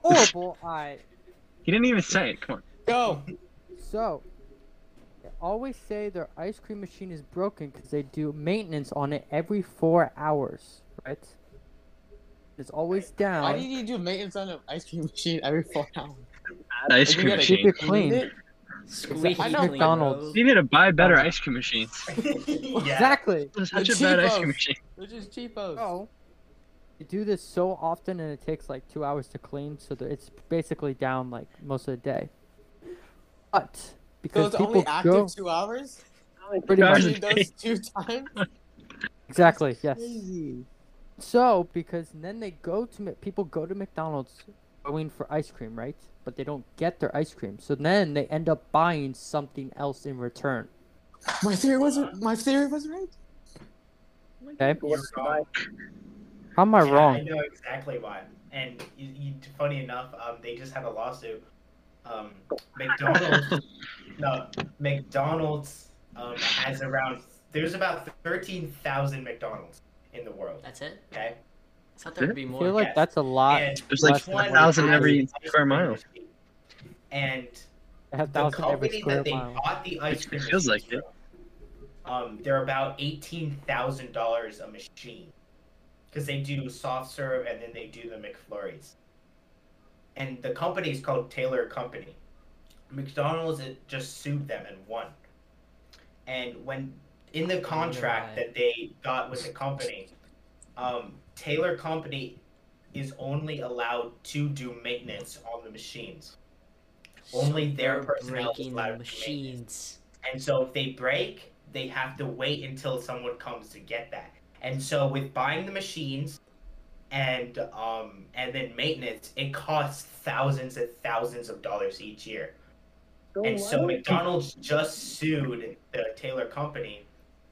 Speaker 1: take. (laughs)
Speaker 6: horrible? Alright.
Speaker 5: He didn't even say it. Come on.
Speaker 2: Go.
Speaker 6: So, they always say their ice cream machine is broken because they do maintenance on it every four hours, right? It's always
Speaker 2: Why did
Speaker 6: down.
Speaker 2: you do maintenance on an ice cream machine every four hours?
Speaker 5: ice
Speaker 2: Like, you
Speaker 5: cream
Speaker 2: gotta
Speaker 5: machine.
Speaker 6: Keep it
Speaker 2: clean
Speaker 6: clean.
Speaker 2: it?
Speaker 3: Squeaky
Speaker 2: I know
Speaker 3: clean,
Speaker 6: McDonald's.
Speaker 3: bro.
Speaker 5: You need to buy better ice cream machines.
Speaker 1: yeah.
Speaker 6: Exactly.
Speaker 5: Such
Speaker 2: The
Speaker 5: a bad ice
Speaker 2: cheapos.
Speaker 5: cream machine.
Speaker 2: Which is cheapos.
Speaker 6: So, you do this so often and it takes like two hours to clean, so that it's basically down like most of the day. But
Speaker 2: so
Speaker 6: because
Speaker 2: it's
Speaker 6: people
Speaker 2: only active
Speaker 6: go
Speaker 2: two hours.
Speaker 6: pretty
Speaker 5: hours
Speaker 6: much
Speaker 5: a
Speaker 2: Only those (laughs) two times.
Speaker 6: exactly yes.
Speaker 2: Crazy.
Speaker 6: So because then they go to Mc- people go to McDonald's going for ice cream, right? But they don't get their ice cream. So then they end up buying something else in return.
Speaker 2: My theory wasn't. My theory was right.
Speaker 6: Okay?
Speaker 4: What
Speaker 1: You're
Speaker 4: do I-
Speaker 6: How am I
Speaker 1: Yeah, I
Speaker 6: wrong?
Speaker 1: know exactly why. And you, you, funny enough, um, they just had a lawsuit. Um, McDonald's,
Speaker 5: (laughs)
Speaker 1: no, McDonald's um, has around. There's about thirteen thousand McDonald's in the world.
Speaker 3: That's it.
Speaker 1: Okay,
Speaker 3: I thought there would be
Speaker 6: I
Speaker 3: more.
Speaker 6: feel like
Speaker 1: Yes.
Speaker 6: that's a lot.
Speaker 1: and
Speaker 5: Uh, There's like
Speaker 6: Less than
Speaker 5: 1,000 every
Speaker 1: ice cream
Speaker 5: square mile.
Speaker 1: machine. And
Speaker 6: I have
Speaker 1: the
Speaker 6: thousand every
Speaker 1: company
Speaker 6: square
Speaker 1: that they
Speaker 6: mile.
Speaker 1: bought the ice
Speaker 5: It
Speaker 1: cream
Speaker 5: feels
Speaker 1: machines
Speaker 5: like it.
Speaker 1: from, um, they're about eighteen thousand dollars a machine, because they do soft serve and then they do the McFlurries. And the company is called Taylor Company. McDonald's it just sued them and won. And when in the contract
Speaker 3: why.
Speaker 1: that they got with the company, um, Taylor Company is only allowed to do maintenance on the machines only their
Speaker 3: They're
Speaker 1: personnel is
Speaker 3: breaking
Speaker 1: allowed
Speaker 3: the
Speaker 1: to machine.
Speaker 3: machines.
Speaker 1: And so if they break, they have to wait until someone comes to get that. And so with buying the machines and um and then maintenance, it costs thousands and thousands of dollars each year.
Speaker 4: Oh,
Speaker 1: And so McDonald's just sued the Taylor company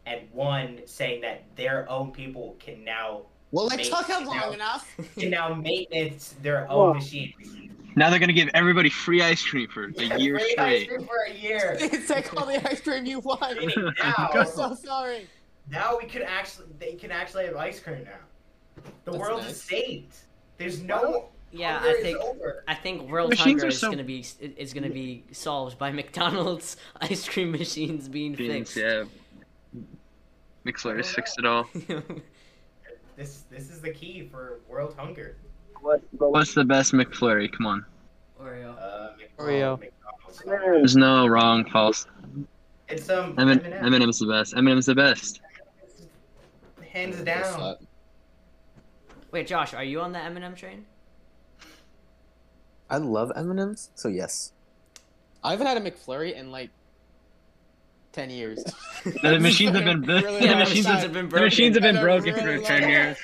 Speaker 1: and won saying that their own people can now
Speaker 2: Well, it
Speaker 1: Make-
Speaker 2: took him
Speaker 1: no.
Speaker 2: long enough.
Speaker 1: can now maintenance their
Speaker 4: Whoa.
Speaker 1: own machines.
Speaker 5: Now they're gonna give everybody free ice cream for a year
Speaker 1: Free ice
Speaker 5: straight.
Speaker 1: cream for a
Speaker 2: (laughs)
Speaker 1: year.
Speaker 2: (laughs) It's like all the ice cream you want.
Speaker 1: Get it now.
Speaker 2: I'm so sorry.
Speaker 1: Now we could actually they can actually have ice cream now. The
Speaker 2: That's
Speaker 1: world
Speaker 2: nice.
Speaker 1: is saved. There's no
Speaker 3: Yeah,
Speaker 1: hunger
Speaker 3: I
Speaker 1: Oh, is
Speaker 3: think
Speaker 1: over.
Speaker 3: I think world
Speaker 5: Machines
Speaker 3: hunger
Speaker 5: are
Speaker 3: is
Speaker 5: so-
Speaker 3: gonna be is gonna (laughs) be solved by McDonald's ice cream machines being
Speaker 5: Beans,
Speaker 3: fixed.
Speaker 5: yeah. McFlurry's fixed it all.
Speaker 1: This this is the key for world hunger.
Speaker 4: What's the
Speaker 5: What's the best McFlurry? Come on.
Speaker 3: (laughs) Oreo.
Speaker 1: Uh,
Speaker 6: Oreo.
Speaker 1: McDonald's.
Speaker 4: Man,
Speaker 5: There's no wrong, false.
Speaker 1: It's um
Speaker 5: M
Speaker 1: M&M's.
Speaker 5: and M's the best. M and M's the best.
Speaker 1: hands
Speaker 2: What's
Speaker 1: down. (laughs)
Speaker 2: up?
Speaker 3: Wait, Josh, are you on the Eminem train?
Speaker 2: I love M&M's, so yes. I haven't had a McFlurry in like ten (laughs) years.
Speaker 5: The machines have been the,
Speaker 3: Yeah,
Speaker 2: Really
Speaker 3: (laughs)
Speaker 5: the
Speaker 3: the
Speaker 5: machines
Speaker 3: machines
Speaker 5: have,
Speaker 3: have been
Speaker 5: the
Speaker 3: broken.
Speaker 5: machines have been
Speaker 2: I
Speaker 5: broken
Speaker 2: really
Speaker 5: for
Speaker 2: like
Speaker 5: ten years.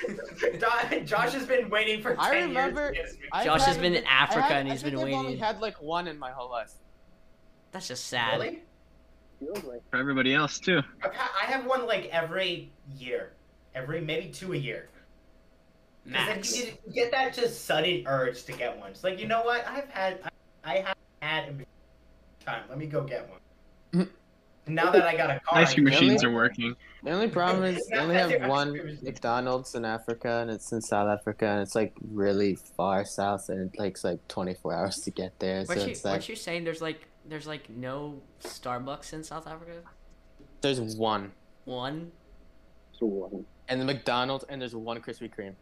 Speaker 1: Jo- Josh has been waiting for. 10
Speaker 2: I
Speaker 1: years
Speaker 2: remember-
Speaker 1: to get his McDonald's.
Speaker 2: I've
Speaker 3: Josh has
Speaker 2: had-
Speaker 3: been in Africa
Speaker 2: I had-
Speaker 3: and
Speaker 2: I
Speaker 3: he's
Speaker 2: think
Speaker 3: been
Speaker 2: I've only
Speaker 3: waiting.
Speaker 2: had like one in my whole life.
Speaker 3: That's just sad.
Speaker 1: Really?
Speaker 4: feels like
Speaker 5: For everybody else too.
Speaker 1: I've ha- I have one like every year, every maybe two a year. 'Cause then
Speaker 3: Max.
Speaker 1: you get, you get that just sudden urge to get one. It's like you know what? I've had I, I have had a machine time. Let me go get one. And now that I got a car,
Speaker 5: Ice cream
Speaker 1: I can-
Speaker 5: machines are working.
Speaker 2: The only problem is they only have
Speaker 1: Yeah,
Speaker 2: one
Speaker 1: seriously.
Speaker 2: McDonald's in Africa, and it's in South Africa, and it's like really far south, and it takes like 24 hours to get there. So
Speaker 3: What you
Speaker 2: it's
Speaker 3: what
Speaker 2: like
Speaker 3: you saying? There's like there's like no Starbucks in South Africa.
Speaker 2: there's one,
Speaker 3: One.
Speaker 4: it's one.
Speaker 2: and the McDonald's, and there's one Krispy Kreme,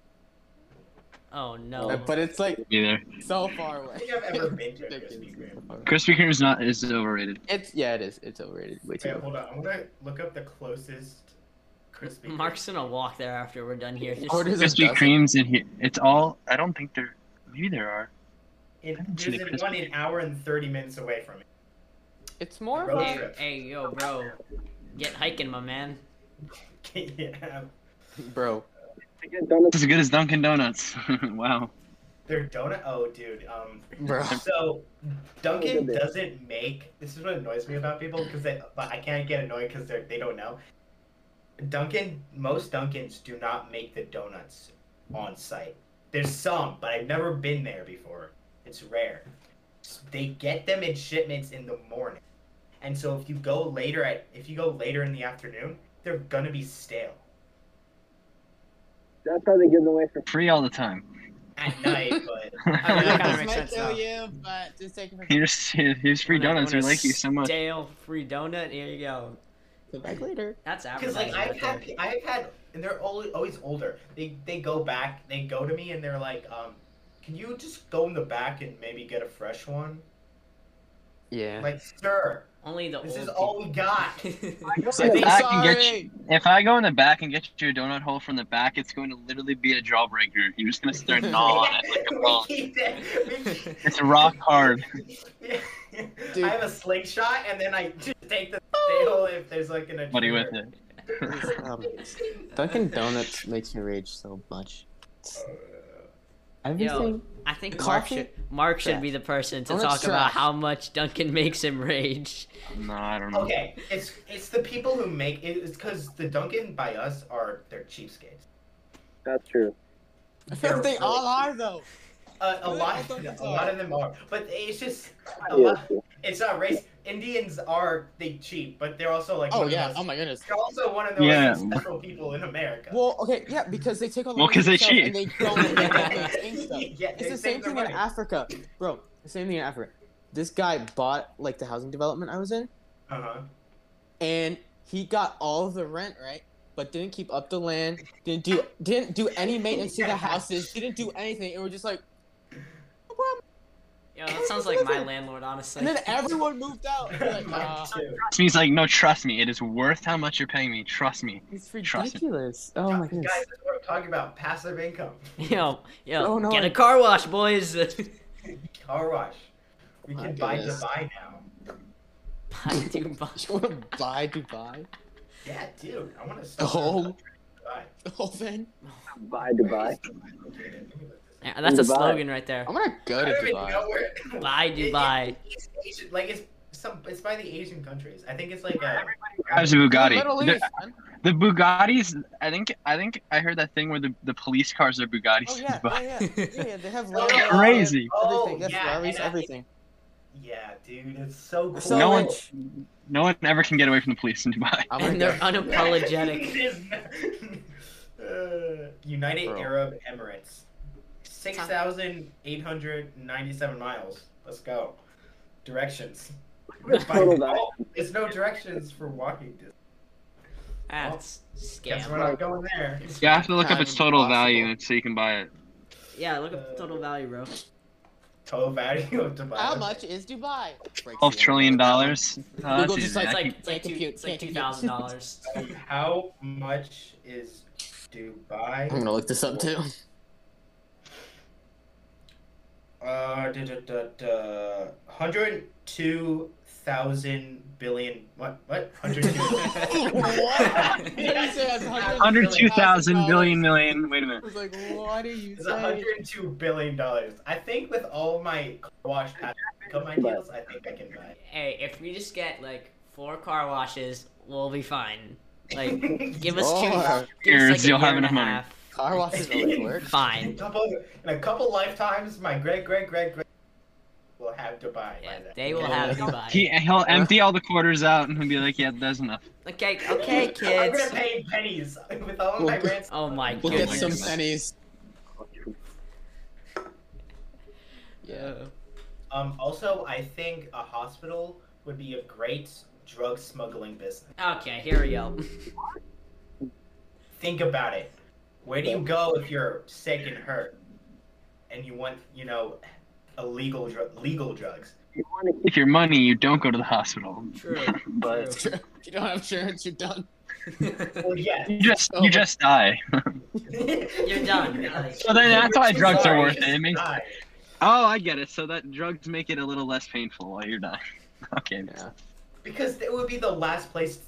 Speaker 3: Oh no.
Speaker 2: Uh, but it's like
Speaker 5: Me there.
Speaker 2: so far
Speaker 1: I
Speaker 2: away.
Speaker 1: think I've ever been to a Krispy
Speaker 2: Ridiculous.
Speaker 1: Kreme.
Speaker 5: Krispy Kreme's not is overrated.
Speaker 2: It's yeah, it is. It's overrated. Way too.
Speaker 1: Wait,
Speaker 2: much.
Speaker 1: hold on. I'm gonna look up the closest Krispy Kreme.
Speaker 3: Mark's gonna walk there after we're done here. Just-
Speaker 2: Orders a
Speaker 5: Krispy
Speaker 2: dozen.
Speaker 5: Kreme's in here. It's all. I don't think there. Maybe there are.
Speaker 1: It,
Speaker 5: haven't seen
Speaker 1: there's
Speaker 5: a
Speaker 1: an-
Speaker 5: Krispy
Speaker 1: one an hour and thirty minutes away from me.
Speaker 2: It's more
Speaker 1: Road
Speaker 2: of
Speaker 3: hey,
Speaker 1: trip.
Speaker 3: hey, yo, bro, get hiking, my man.
Speaker 1: (laughs) yeah,
Speaker 2: a bro.
Speaker 4: I get done
Speaker 5: It's as good as Dunkin' Donuts. (laughs) wow.
Speaker 1: their donut. Oh, dude. Um,
Speaker 2: Bro.
Speaker 1: so Duncan
Speaker 4: Look at this.
Speaker 1: doesn't make. This is what annoys me about people because they. But I can't get annoyed because they they don't know. Duncan, most Dunkins do not make the donuts on site. There's some, but I've never been there before. It's rare. S- They get them in shipments in the morning, and so if you go later at if you go later in the afternoon, they're gonna be stale.
Speaker 4: That's how they give them away for
Speaker 5: Free all the time.
Speaker 1: At night, but
Speaker 3: I mean, that
Speaker 2: This
Speaker 3: kinda makes
Speaker 2: might
Speaker 3: sense
Speaker 2: kill
Speaker 3: now.
Speaker 2: you, but just take it from
Speaker 5: (laughs) Here's here's free
Speaker 3: Wanna-
Speaker 5: donuts. We
Speaker 3: wanna
Speaker 5: like you so much.
Speaker 3: Stale free donut. Here you go.
Speaker 2: Come back later.
Speaker 3: That's
Speaker 1: Because
Speaker 3: advertising.
Speaker 1: like I've
Speaker 3: right there.
Speaker 1: had, I've had, and they're always, always older. They they go back, they go to me, and they're like, um, can you just go in the back and maybe get a fresh one?
Speaker 2: Yeah.
Speaker 1: Like, sir,
Speaker 3: only the
Speaker 1: this
Speaker 3: old
Speaker 1: is
Speaker 3: people.
Speaker 1: all we got.
Speaker 3: (laughs)
Speaker 1: (laughs)
Speaker 2: So if
Speaker 5: If
Speaker 2: I
Speaker 5: I
Speaker 2: can
Speaker 5: can get you- if I go in the back and get you a donut hole from the back, it's going to literally be a jawbreaker. You're just gonna sit there
Speaker 2: (laughs)
Speaker 5: and gnaw on it like a bone.
Speaker 1: we keep that. We keep,
Speaker 5: It's rock hard.
Speaker 1: yeah.
Speaker 2: Dude.
Speaker 1: I have a slingshot, and then I (laughs) just take the tail if there's like an.
Speaker 5: Buddy with it. (laughs)
Speaker 2: Um, Dunkin' Donuts makes me rage so much. Everything.
Speaker 3: I think Mark
Speaker 2: Coffee?
Speaker 3: should, Mark should
Speaker 2: Trash.
Speaker 3: be the person to
Speaker 2: Donut's
Speaker 3: talk about
Speaker 2: trash.
Speaker 3: how much Duncan makes him rage.
Speaker 5: No, I don't know.
Speaker 1: Okay, it's it's the people who make it. It's because the Duncan by us are they're cheapskates.
Speaker 4: that's true.
Speaker 2: they all are though.
Speaker 1: Uh, a
Speaker 2: Really?
Speaker 1: lot,
Speaker 2: I thought that's
Speaker 1: a
Speaker 2: all.
Speaker 1: lot of them are, but it's just a
Speaker 4: Yeah,
Speaker 1: lot. It's not race. Indians are they cheap, but they're also like
Speaker 2: Oh
Speaker 1: one of
Speaker 2: yeah.
Speaker 1: those-
Speaker 2: Oh my goodness.
Speaker 1: they're also one of the
Speaker 5: Yeah.
Speaker 1: most successful people in America.
Speaker 2: Well, okay, yeah, because they take all the
Speaker 5: Well,
Speaker 2: money
Speaker 5: 'cause they
Speaker 2: themselves
Speaker 5: cheat.
Speaker 2: and
Speaker 1: (laughs)
Speaker 2: they
Speaker 5: (laughs)
Speaker 2: don't get all the same stuff.
Speaker 1: Yeah,
Speaker 2: It's
Speaker 1: they
Speaker 2: the same
Speaker 1: think they're
Speaker 2: thing in
Speaker 1: right.
Speaker 2: Africa, bro. The same thing in Africa. This guy bought like the housing development I was in,
Speaker 1: Uh-huh.
Speaker 2: and he got all of the rent right, but didn't keep up the land, didn't do didn't do any maintenance to the
Speaker 1: Yeah.
Speaker 2: houses, didn't do anything. It was just like, no problem.
Speaker 3: Yo, that sounds like my landlord, honestly.
Speaker 2: And then everyone moved out.
Speaker 1: (laughs)
Speaker 2: They're like, uh,
Speaker 1: Mine
Speaker 2: "Nah,
Speaker 1: too.
Speaker 5: Trust me, he's like, no, trust me. It is worth how much you're paying me. Trust me.
Speaker 2: it's
Speaker 5: Trust him.
Speaker 2: ridiculous. Oh my goodness.
Speaker 1: Guys, that's what I'm talking about. Passive income.
Speaker 3: (laughs) Yo, yo,
Speaker 2: Oh, no.
Speaker 3: get a car wash, boys. (laughs) Buy
Speaker 1: Car wash. We
Speaker 2: My
Speaker 1: can buy
Speaker 2: goodness.
Speaker 1: Dubai now.
Speaker 2: You (laughs)
Speaker 3: Dubai.
Speaker 2: want to buy Dubai?
Speaker 1: Yeah, dude. I want to
Speaker 2: The whole,
Speaker 1: Dubai.
Speaker 2: the whole thing?
Speaker 4: Bye Dubai.
Speaker 3: Yeah, That's a
Speaker 4: Dubai.
Speaker 3: slogan right there.
Speaker 2: I'm gonna go
Speaker 1: I
Speaker 2: to
Speaker 1: don't even
Speaker 2: Dubai.
Speaker 1: know where. (laughs)
Speaker 3: Buy Dubai.
Speaker 1: It's Asian, like it's some. It's by the Asian countries. I think it's like. uh
Speaker 5: Drives a
Speaker 2: The Middle
Speaker 5: Bugatti.
Speaker 2: East,
Speaker 5: The,
Speaker 2: man.
Speaker 5: the Bugattis. I think. I think I heard that thing where the, the police cars are Bugattis.
Speaker 2: Oh
Speaker 5: in
Speaker 2: yeah,
Speaker 5: Dubai.
Speaker 2: yeah, yeah, (laughs) yeah, yeah. They have
Speaker 1: Oh,
Speaker 2: land,
Speaker 5: Crazy.
Speaker 1: Oh,
Speaker 2: everything. They have
Speaker 1: yeah,
Speaker 2: Ferraris,
Speaker 1: and I-
Speaker 2: everything.
Speaker 1: Yeah, dude, it's so cool.
Speaker 2: So
Speaker 5: No one-
Speaker 2: rich.
Speaker 5: No one ever can get away from the police in Dubai.
Speaker 2: I'm
Speaker 3: And they're
Speaker 2: gonna go.
Speaker 3: unapologetic.
Speaker 1: (laughs) It is not- Uh, (laughs) United
Speaker 2: Bro.
Speaker 1: Arab Emirates, six thousand eight hundred ninety-seven miles. Let's go. Directions. (laughs)
Speaker 4: Total value.
Speaker 1: There's no directions for walking distance.
Speaker 3: That's
Speaker 1: Guess
Speaker 3: scam.
Speaker 1: we're not going there.
Speaker 5: Yeah, I have to look up
Speaker 2: Not
Speaker 5: its total
Speaker 2: impossible.
Speaker 5: value and so you can buy it.
Speaker 3: Yeah, look up the total value, bro.
Speaker 1: Total value of Dubai.
Speaker 7: How much is Dubai?
Speaker 5: Twelve trillion dollars. Oh, that's
Speaker 2: Google just
Speaker 5: easy.
Speaker 3: It's
Speaker 2: like-
Speaker 5: I
Speaker 3: like
Speaker 5: can-
Speaker 3: it's like two,
Speaker 7: compute,
Speaker 3: it's like two
Speaker 7: can't
Speaker 3: thousand
Speaker 7: compute.
Speaker 3: dollars.
Speaker 1: Um, How much is Dubai?
Speaker 2: I'm gonna look this up too. (laughs)
Speaker 1: Uh, da, da, da, da, 102,000 billion. What? What?
Speaker 7: (laughs)
Speaker 1: 102.
Speaker 7: what?
Speaker 3: (laughs)
Speaker 7: What did you say? That's
Speaker 5: Hundred two thousand billion
Speaker 7: $102,000
Speaker 5: million. Wait a minute.
Speaker 7: I was like, what are you
Speaker 1: It's
Speaker 7: saying?
Speaker 1: 102 billion dollars. I think with all my car wash pass income ideals, I think I can buy.
Speaker 3: Hey, if we just get like four car washes, we'll be fine.
Speaker 1: (laughs)
Speaker 3: Like,
Speaker 1: it.
Speaker 3: give us two.
Speaker 2: Sure.
Speaker 3: give us, like,
Speaker 5: Years,
Speaker 3: a
Speaker 5: you'll have
Speaker 3: year and a
Speaker 5: enough money.
Speaker 3: half.
Speaker 2: Car washes always work.
Speaker 1: in a (laughs)
Speaker 3: Fine.
Speaker 1: couple in a couple lifetimes, my great great great great will have Dubai. by
Speaker 3: Yeah,
Speaker 1: then.
Speaker 3: they will have Dubai.
Speaker 5: He he'll empty all the quarters out and he'll be like, yeah, that's enough.
Speaker 3: Okay,
Speaker 1: (laughs)
Speaker 3: okay,
Speaker 1: I'm
Speaker 3: kids.
Speaker 1: gonna pay in pennies (laughs) with all of my grants.
Speaker 3: Oh my
Speaker 2: We'll get
Speaker 3: goodness.
Speaker 2: some pennies.
Speaker 3: Yeah.
Speaker 1: Um, also, I think a hospital would be a great drug smuggling business.
Speaker 3: Okay, here we go.
Speaker 1: Think about it. Where do you go if you're sick and hurt, and you want you know illegal dr- legal drugs?
Speaker 4: You want to keep
Speaker 5: If you're money, you don't go to the hospital.
Speaker 3: True.
Speaker 5: But-
Speaker 3: true.
Speaker 2: If (laughs) you don't have insurance, you're done.
Speaker 1: Well, yes.
Speaker 5: You just you just die.
Speaker 3: (laughs) (laughs)
Speaker 1: (laughs)
Speaker 3: You're done. Like,
Speaker 5: So then that's why drugs are
Speaker 1: Sorry,
Speaker 5: worth it. it makes,
Speaker 1: sorry.
Speaker 5: oh, I get it. So that drugs make it a little less painful while you're dying. (laughs) Okay.
Speaker 2: Yeah.
Speaker 1: Because it would be the last place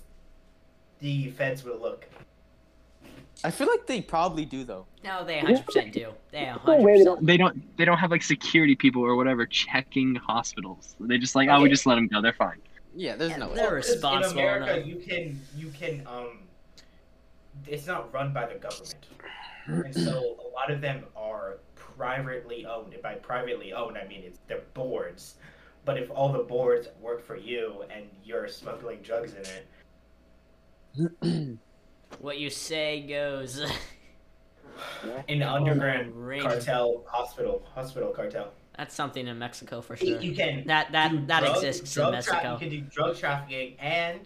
Speaker 1: the feds would look.
Speaker 2: I feel like they probably do though.
Speaker 3: no, they 100% do. They
Speaker 4: no
Speaker 5: (laughs)
Speaker 4: way they
Speaker 3: 100%.
Speaker 4: don't
Speaker 5: They don't they don't have like security people or whatever checking hospitals. They just like, oh, we just let them go. They're fine.
Speaker 2: Yeah, there's no way.
Speaker 3: They're
Speaker 1: In
Speaker 3: responsible
Speaker 1: America,
Speaker 3: enough.
Speaker 1: you can you can um, it's not run by the government, and so a lot of them are privately owned. And by privately owned, I mean it's their boards. But if all the boards work for you and you're smuggling drugs in it,
Speaker 3: What you say goes. (laughs)
Speaker 1: an underground
Speaker 3: Ring.
Speaker 1: cartel hospital hospital cartel,
Speaker 3: That's something in Mexico for
Speaker 1: you
Speaker 3: sure.
Speaker 1: you can
Speaker 3: That
Speaker 1: do
Speaker 3: that that
Speaker 1: drug-
Speaker 3: exists in
Speaker 1: drug tra-
Speaker 3: Mexico.
Speaker 1: you could do drug trafficking, and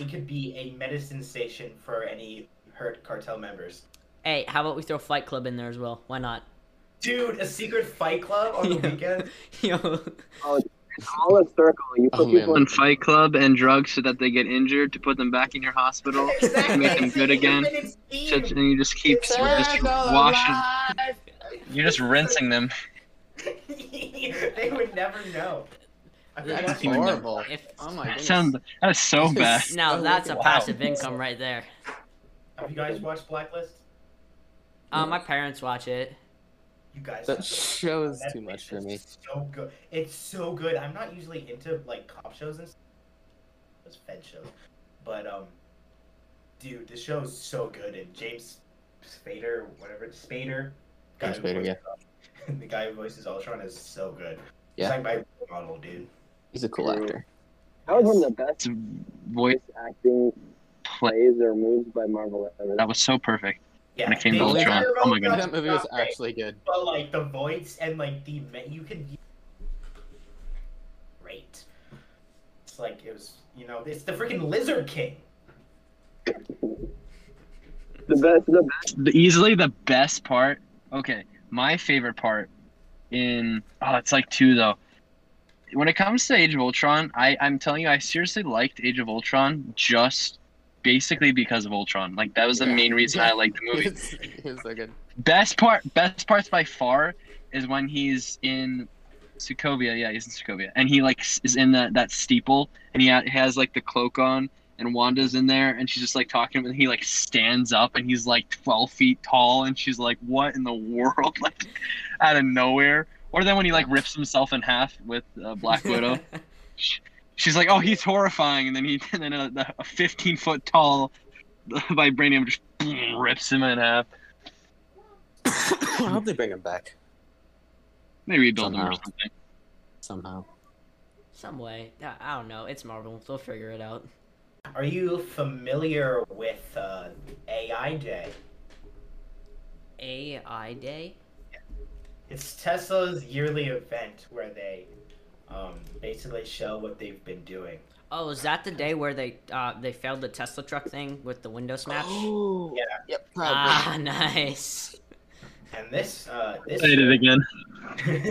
Speaker 1: it could be a medicine station for any hurt cartel members.
Speaker 3: Hey, how about we throw Fight Club in there as well? Why not?
Speaker 1: Dude, a secret fight club on the
Speaker 3: Yeah.
Speaker 5: (laughs)
Speaker 1: weekend?
Speaker 3: (laughs) Yo,
Speaker 4: all in circle. You put
Speaker 2: Oh, man.
Speaker 4: people in
Speaker 5: On Fight Club and drugs so that they get injured to put them back in your hospital and make them good again. So- and you just keep
Speaker 7: It's
Speaker 5: just
Speaker 7: all
Speaker 5: washing.
Speaker 7: alive.
Speaker 5: You're just rinsing them.
Speaker 1: (laughs) they would never know. I think
Speaker 2: That's
Speaker 1: it's
Speaker 5: even know.
Speaker 2: horrible.
Speaker 3: if
Speaker 2: Oh
Speaker 5: That
Speaker 2: my goodness.
Speaker 5: sounds that is
Speaker 2: (laughs)
Speaker 5: so bad.
Speaker 3: now that's a
Speaker 5: Wow.
Speaker 3: passive income right there.
Speaker 1: Have you guys watched Blacklist?
Speaker 3: Uh, my parents watch it.
Speaker 1: You guys.
Speaker 2: That shows
Speaker 1: That
Speaker 2: too
Speaker 1: makes
Speaker 2: much for
Speaker 1: it
Speaker 2: me.
Speaker 1: So good. It's so good. I'm not usually into like cop shows and stuff. Those Fed shows, but um, dude, this show is so good. And James Spader, whatever Spader, guy
Speaker 2: James
Speaker 1: who
Speaker 2: Spader,
Speaker 1: voices- (laughs) the guy who voices Ultron is so good.
Speaker 2: Yeah.
Speaker 1: He's like my role model, dude.
Speaker 2: He's a cool actor.
Speaker 4: That was one of the best
Speaker 5: It's voice
Speaker 4: acting
Speaker 5: play.
Speaker 4: plays or moves by Marvel ever.
Speaker 5: That was so perfect.
Speaker 1: Yeah,
Speaker 5: When it came
Speaker 1: they
Speaker 5: to
Speaker 1: did
Speaker 5: Ultron,
Speaker 1: their
Speaker 5: oh my
Speaker 1: own
Speaker 5: goodness.
Speaker 1: stuff,
Speaker 2: That movie was
Speaker 1: not great,
Speaker 2: actually good. (laughs)
Speaker 1: But like the voice and like the me- you can great. It's like it was, you know, it's the freaking Lizard King.
Speaker 4: The best, the
Speaker 5: The, easily the best part. Okay, my favorite part in oh, it's like two though. When it comes to Age of Ultron, I I'm telling you, I seriously liked Age of Ultron just basically because of Ultron. Like that was the
Speaker 2: Yeah.
Speaker 5: main reason I liked the movie.
Speaker 2: It's, it's so (coughs) good.
Speaker 5: best part best parts by far is when he's in Sokovia. Yeah, he's in Sokovia, and he like s- is in that that steeple, and he ha- has like the cloak on, and Wanda's in there, and she's just like talking, and he like stands up, and he's like twelve feet tall, and she's like, "What in the world?" (laughs) Like out of nowhere. Or then when he like rips himself in half with uh,
Speaker 3: (laughs)
Speaker 5: Black Widow, she's like, "Oh, he's horrifying," and then he and then a, a fifteen foot tall vibranium just rips him in half.
Speaker 2: I hope they bring him back
Speaker 5: They rebuild him or
Speaker 2: Somehow.
Speaker 5: something.
Speaker 2: somehow.
Speaker 3: Some way. I, I don't know. It's Marvel. They'll figure it out.
Speaker 1: Are you familiar with uh, AIJ?
Speaker 3: AI Day.
Speaker 1: It's Tesla's yearly event where they um, basically show what they've been doing.
Speaker 3: Oh, is that the day where they uh, they failed the Tesla truck thing with the window smash?
Speaker 2: Oh,
Speaker 1: Yeah.
Speaker 2: Yep.
Speaker 3: ah, (laughs) nice.
Speaker 1: And this uh, this
Speaker 5: Say it again.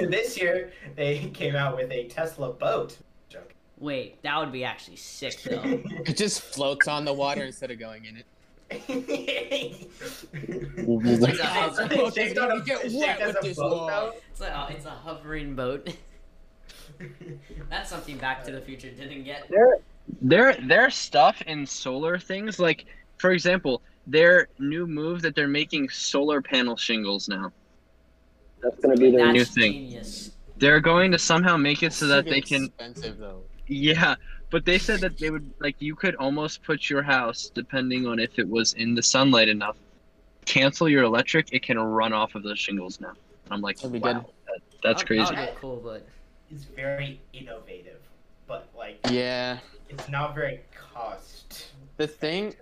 Speaker 1: this year (laughs) they came out with a Tesla boat. Joke.
Speaker 3: Wait, that would be actually sick though.
Speaker 1: (laughs)
Speaker 2: It just floats on the water instead of going (laughs) in it.
Speaker 1: (laughs) It's
Speaker 2: a house.
Speaker 1: shaped
Speaker 2: It's
Speaker 1: as
Speaker 2: gonna
Speaker 1: a-
Speaker 2: get
Speaker 1: it's
Speaker 2: wet
Speaker 1: shaped as
Speaker 2: with
Speaker 1: a
Speaker 2: this
Speaker 1: boat,
Speaker 2: wall.
Speaker 3: It's a uh, it's a hovering boat. (laughs)
Speaker 1: (laughs)
Speaker 3: That's something Back to the Future didn't get.
Speaker 4: There,
Speaker 5: Their their stuff in solar things, like for example, their new move that they're making solar panel shingles now.
Speaker 4: that's gonna be the
Speaker 5: New
Speaker 3: That's
Speaker 5: thing.
Speaker 3: genius.
Speaker 5: They're going to somehow make it so that
Speaker 2: It's
Speaker 5: they can
Speaker 2: expensive though.
Speaker 5: Yeah, but they said that they would like you could almost put your house depending on if it was in the sunlight enough. Cancel your electric; it can run off of those shingles now. I'm like,
Speaker 2: That'd be
Speaker 5: wow,
Speaker 2: good. Oh,
Speaker 5: that- that's
Speaker 3: That-
Speaker 5: crazy.
Speaker 3: That would be cool, but
Speaker 1: It's very innovative, but like
Speaker 2: Yeah.
Speaker 1: it's not very cost.
Speaker 2: The thing,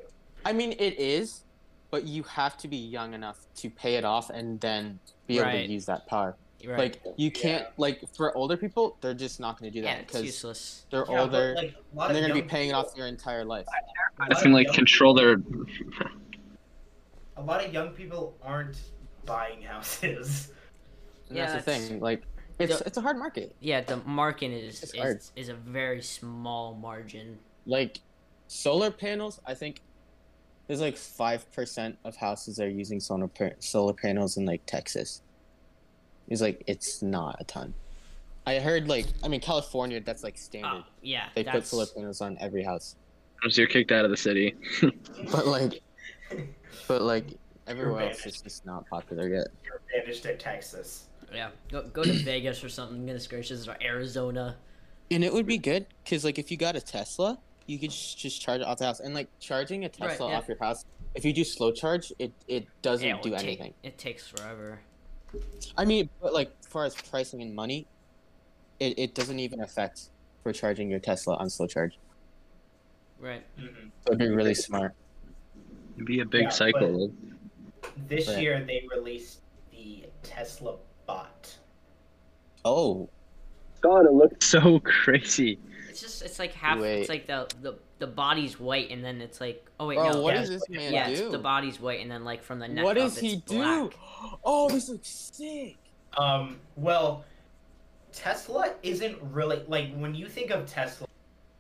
Speaker 2: I mean, it is, but you have to be young enough to pay it off and then be able
Speaker 3: Right.
Speaker 2: to use that power.
Speaker 3: you're right.
Speaker 2: Like you can't like for older people, they're just not going to do
Speaker 3: yeah,
Speaker 2: that
Speaker 3: it's
Speaker 2: because
Speaker 3: useless.
Speaker 2: they're
Speaker 1: Yeah, but,
Speaker 2: older
Speaker 1: like, a lot
Speaker 2: and
Speaker 1: of
Speaker 2: they're going to be
Speaker 1: young
Speaker 2: paying it
Speaker 1: people-
Speaker 2: off their entire life.
Speaker 1: a lot
Speaker 5: That
Speaker 1: of
Speaker 5: can like
Speaker 1: young-
Speaker 5: control their.
Speaker 1: A lot of young people aren't buying houses.
Speaker 2: And
Speaker 3: Yeah,
Speaker 2: that's the
Speaker 3: that's-
Speaker 2: thing. Like it's
Speaker 3: Yeah.
Speaker 2: it's a hard market.
Speaker 3: Yeah, the market is
Speaker 2: It's hard.
Speaker 3: is, is a very small margin.
Speaker 2: like solar panels i think there's like 5% of houses that are using solar, pa- solar panels in like texas it's like it's not a ton i heard like i mean california that's like standard
Speaker 3: Oh, yeah,
Speaker 2: they put
Speaker 3: that's-
Speaker 2: solar panels on every house
Speaker 5: So you're kicked out of the city.
Speaker 2: (laughs)
Speaker 1: (laughs)
Speaker 2: but like but like everywhere
Speaker 1: Urban.
Speaker 2: else it's just not popular yet
Speaker 1: Banished to Texas.
Speaker 3: Yeah, go, go to Vegas or something. Goodness gracious, or Arizona.
Speaker 2: and it would be good because like if you got a tesla you could just, just charge it off the house and like charging a tesla
Speaker 3: yeah.
Speaker 2: off your house if you do slow charge it it doesn't
Speaker 3: Yeah, it
Speaker 2: do
Speaker 3: would take-
Speaker 2: anything
Speaker 3: it takes forever.
Speaker 2: I mean, but like as far as pricing and money, it, it doesn't even affect for charging your Tesla on slow charge.
Speaker 3: Right.
Speaker 1: Mhm.
Speaker 2: So it'd be really smart.
Speaker 5: It'd be a big
Speaker 1: Yeah,
Speaker 5: cycle.
Speaker 1: This
Speaker 2: Right.
Speaker 1: year they released the Tesla bot.
Speaker 2: Oh,
Speaker 4: God, it looks
Speaker 5: (laughs) So crazy.
Speaker 3: It's just it's like half.
Speaker 2: Wait.
Speaker 3: It's like the, the the body's white, and then it's like oh wait
Speaker 2: bro,
Speaker 3: no.
Speaker 2: what
Speaker 3: yeah,
Speaker 2: does this man
Speaker 3: yeah, it's
Speaker 2: do?
Speaker 3: the body's white, and then like from the neck
Speaker 2: what
Speaker 3: up,
Speaker 2: does he
Speaker 3: it's
Speaker 2: do?
Speaker 3: black.
Speaker 2: (gasps) Oh, this looks sick.
Speaker 1: Um, well, Tesla isn't really like when you think of Tesla,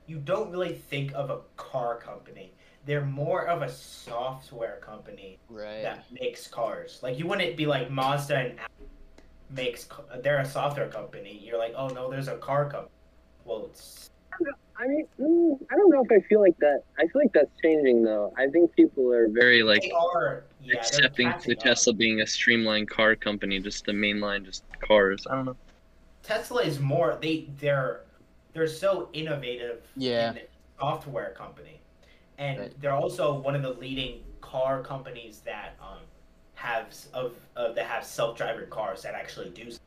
Speaker 1: you don't really think of a car company. They're more of a software company
Speaker 2: Right.
Speaker 1: that makes cars. Like you wouldn't be like Mazda and Apple makes. ca- They're a software company. You're like, oh no, there's a car company. Well, it's,
Speaker 4: I mean, mm, I don't know if I feel like that. I feel like that's changing though. I think people are very.
Speaker 5: Very like
Speaker 1: they are yeah, they're
Speaker 5: accepting
Speaker 1: catching
Speaker 5: to
Speaker 1: up.
Speaker 5: Tesla being a streamlined car company, just the mainline, just cars. I don't know.
Speaker 1: Tesla is more they they're they're so innovative
Speaker 2: Yeah.
Speaker 1: in software company. And
Speaker 2: Right.
Speaker 1: they're also one of the leading car companies that um have s- of, of that have self-driving cars that actually do s-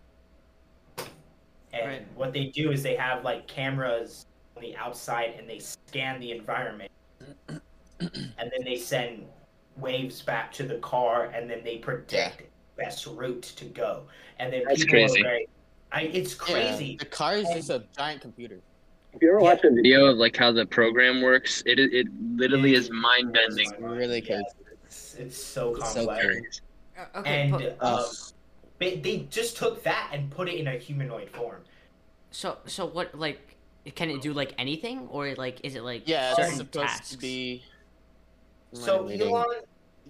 Speaker 1: and
Speaker 3: Right.
Speaker 1: what they do is they have like cameras on the outside and they scan the environment and then they send waves back to the car and then they predict best route to go and then
Speaker 4: That's
Speaker 1: people
Speaker 5: crazy.
Speaker 1: are very I, it's
Speaker 2: Yeah,
Speaker 1: crazy.
Speaker 2: The car is just a giant computer.
Speaker 4: If you ever watch a video,
Speaker 5: Video of like how the program works. It it literally is mind bending.
Speaker 2: Really
Speaker 1: Yeah,
Speaker 2: crazy.
Speaker 1: It's, it's so
Speaker 2: It's so
Speaker 1: complex.
Speaker 3: Uh, okay,
Speaker 1: and
Speaker 3: but,
Speaker 1: um,
Speaker 2: Ugh.
Speaker 1: they, they just took that and put it in a humanoid form.
Speaker 3: so so what like can it do like anything or like is it like
Speaker 2: yeah, it's
Speaker 3: certain
Speaker 2: supposed
Speaker 3: tasks?
Speaker 2: to be. I'm
Speaker 1: So
Speaker 2: reading.
Speaker 1: Elon,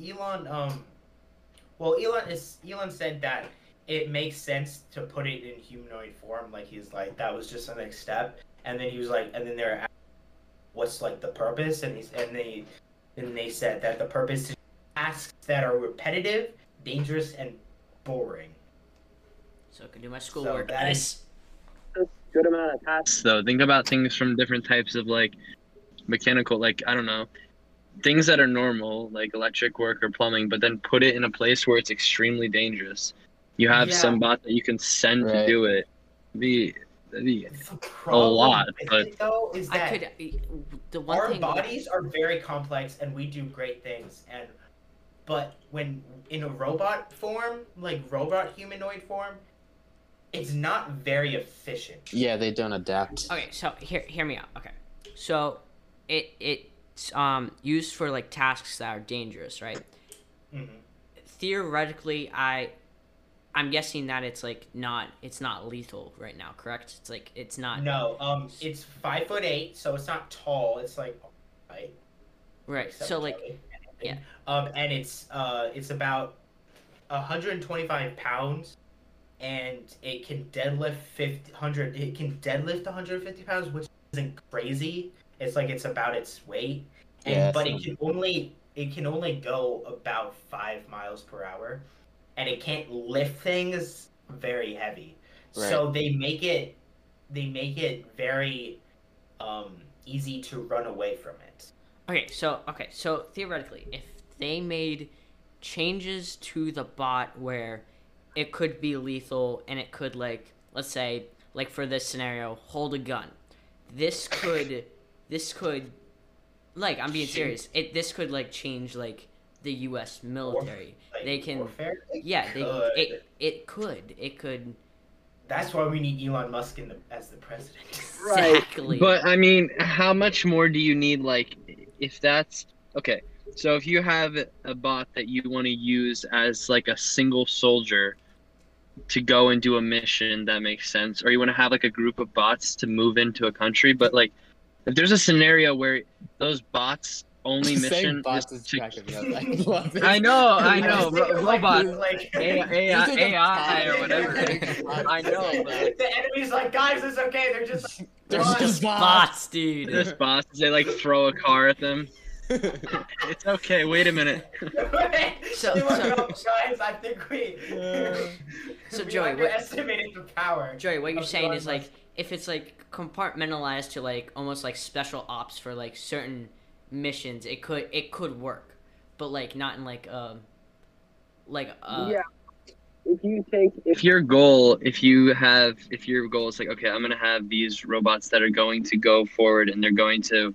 Speaker 1: Elon, um, well, Elon is Elon said that it makes sense to put it in humanoid form. Like he's like that was just the next step, and then he was like, and then they're, a- what's like the purpose? And he's and they, and they said that the purpose is tasks that are repetitive, dangerous, and boring.
Speaker 3: So I can do my schoolwork.
Speaker 1: that
Speaker 3: nice.
Speaker 1: is-
Speaker 4: a good amount of tasks.
Speaker 5: though. Think about things from different types of like mechanical, like I don't know, things that are normal, like electric work or plumbing, but then put it in a place where it's extremely dangerous. You have
Speaker 1: Yeah.
Speaker 5: some bot that you can send
Speaker 2: Right.
Speaker 5: to do it. The the
Speaker 1: The problem
Speaker 5: lot,
Speaker 1: with
Speaker 5: but-
Speaker 1: it, though, is
Speaker 3: I
Speaker 1: that
Speaker 3: could uh, the one
Speaker 1: our
Speaker 3: thing
Speaker 1: bodies are very complex and we do great things and but when in a robot form like robot humanoid form it's not very efficient
Speaker 2: Yeah, they don't adapt.
Speaker 3: Okay, so hear hear me out. Okay. So it it's um used for like tasks that are dangerous, right?
Speaker 1: Mhm.
Speaker 3: Theoretically, I I'm guessing that it's like not it's not lethal right now, correct? It's like it's not
Speaker 1: No, um, it's five foot eight, so it's not tall. It's like, right?
Speaker 3: right. So
Speaker 1: seven
Speaker 3: like
Speaker 1: foot eight.
Speaker 3: yeah.
Speaker 1: Um, and it's uh, it's about 125 pounds, and it can deadlift 50, 100. It can deadlift 150 pounds, which isn't crazy. It's like it's about its weight, and,
Speaker 2: Yeah,
Speaker 1: but it
Speaker 2: sounds- (laughs)
Speaker 1: can only it can only go about five miles per hour, and it can't lift things very heavy. So they make it they make it very um, easy to run away from it.
Speaker 3: Okay, so okay, so theoretically, if they made changes to the bot where it could be lethal and it could like let's say like for this scenario, hold a gun. This could this could like I'm being serious. It this could like change like the US military.
Speaker 1: Like,
Speaker 3: They can-
Speaker 1: warfare? It
Speaker 3: yeah, they
Speaker 1: could.
Speaker 3: it it could. It could
Speaker 1: That's why we need Elon Musk in the, as the president.
Speaker 4: Right,
Speaker 3: exactly
Speaker 5: But I mean, how much more do you need? Like, if that's okay. So if you have a bot that you want to use as like a single soldier to go and do a mission that makes sense, or you want to have like a group of bots to move into a country, but like if there's a scenario where those bots only
Speaker 2: (laughs) Saying
Speaker 5: mission
Speaker 2: bots
Speaker 5: is
Speaker 2: is
Speaker 5: to
Speaker 2: cracking me up. I (laughs) love it.
Speaker 5: I know, (laughs) I
Speaker 1: I (laughs)
Speaker 2: (laughs)
Speaker 5: know,
Speaker 1: just think
Speaker 5: ro-
Speaker 1: of, like,
Speaker 5: robot,
Speaker 1: these, like-
Speaker 5: (laughs) AI,
Speaker 2: think of
Speaker 5: AI or
Speaker 2: bots.
Speaker 1: (laughs)
Speaker 5: whatever.
Speaker 2: (laughs)
Speaker 5: I know, but-
Speaker 1: the enemy's like, guys, it's okay. They're just like,
Speaker 2: They're
Speaker 1: Bots.
Speaker 2: just (laughs) bots.
Speaker 3: bots, dude.
Speaker 5: There's bots. They like throw a car at them. It's okay. Wait a minute. (laughs)
Speaker 1: (laughs)
Speaker 3: So-
Speaker 1: They were
Speaker 3: so-
Speaker 1: wrong, guys, I think we.
Speaker 3: (laughs) So,
Speaker 1: (laughs) we
Speaker 3: Joey, what-
Speaker 1: underestimated the power.
Speaker 3: Joey, what you're
Speaker 1: of
Speaker 3: saying
Speaker 1: Elon
Speaker 3: is like if it's like compartmentalized to like almost like special ops for like certain missions, it could it could work, but like not in like um like uh
Speaker 4: yeah. If you take if
Speaker 5: if your goal if you have if your goal is like okay i'm going to have these robots that are going to go forward and they're going to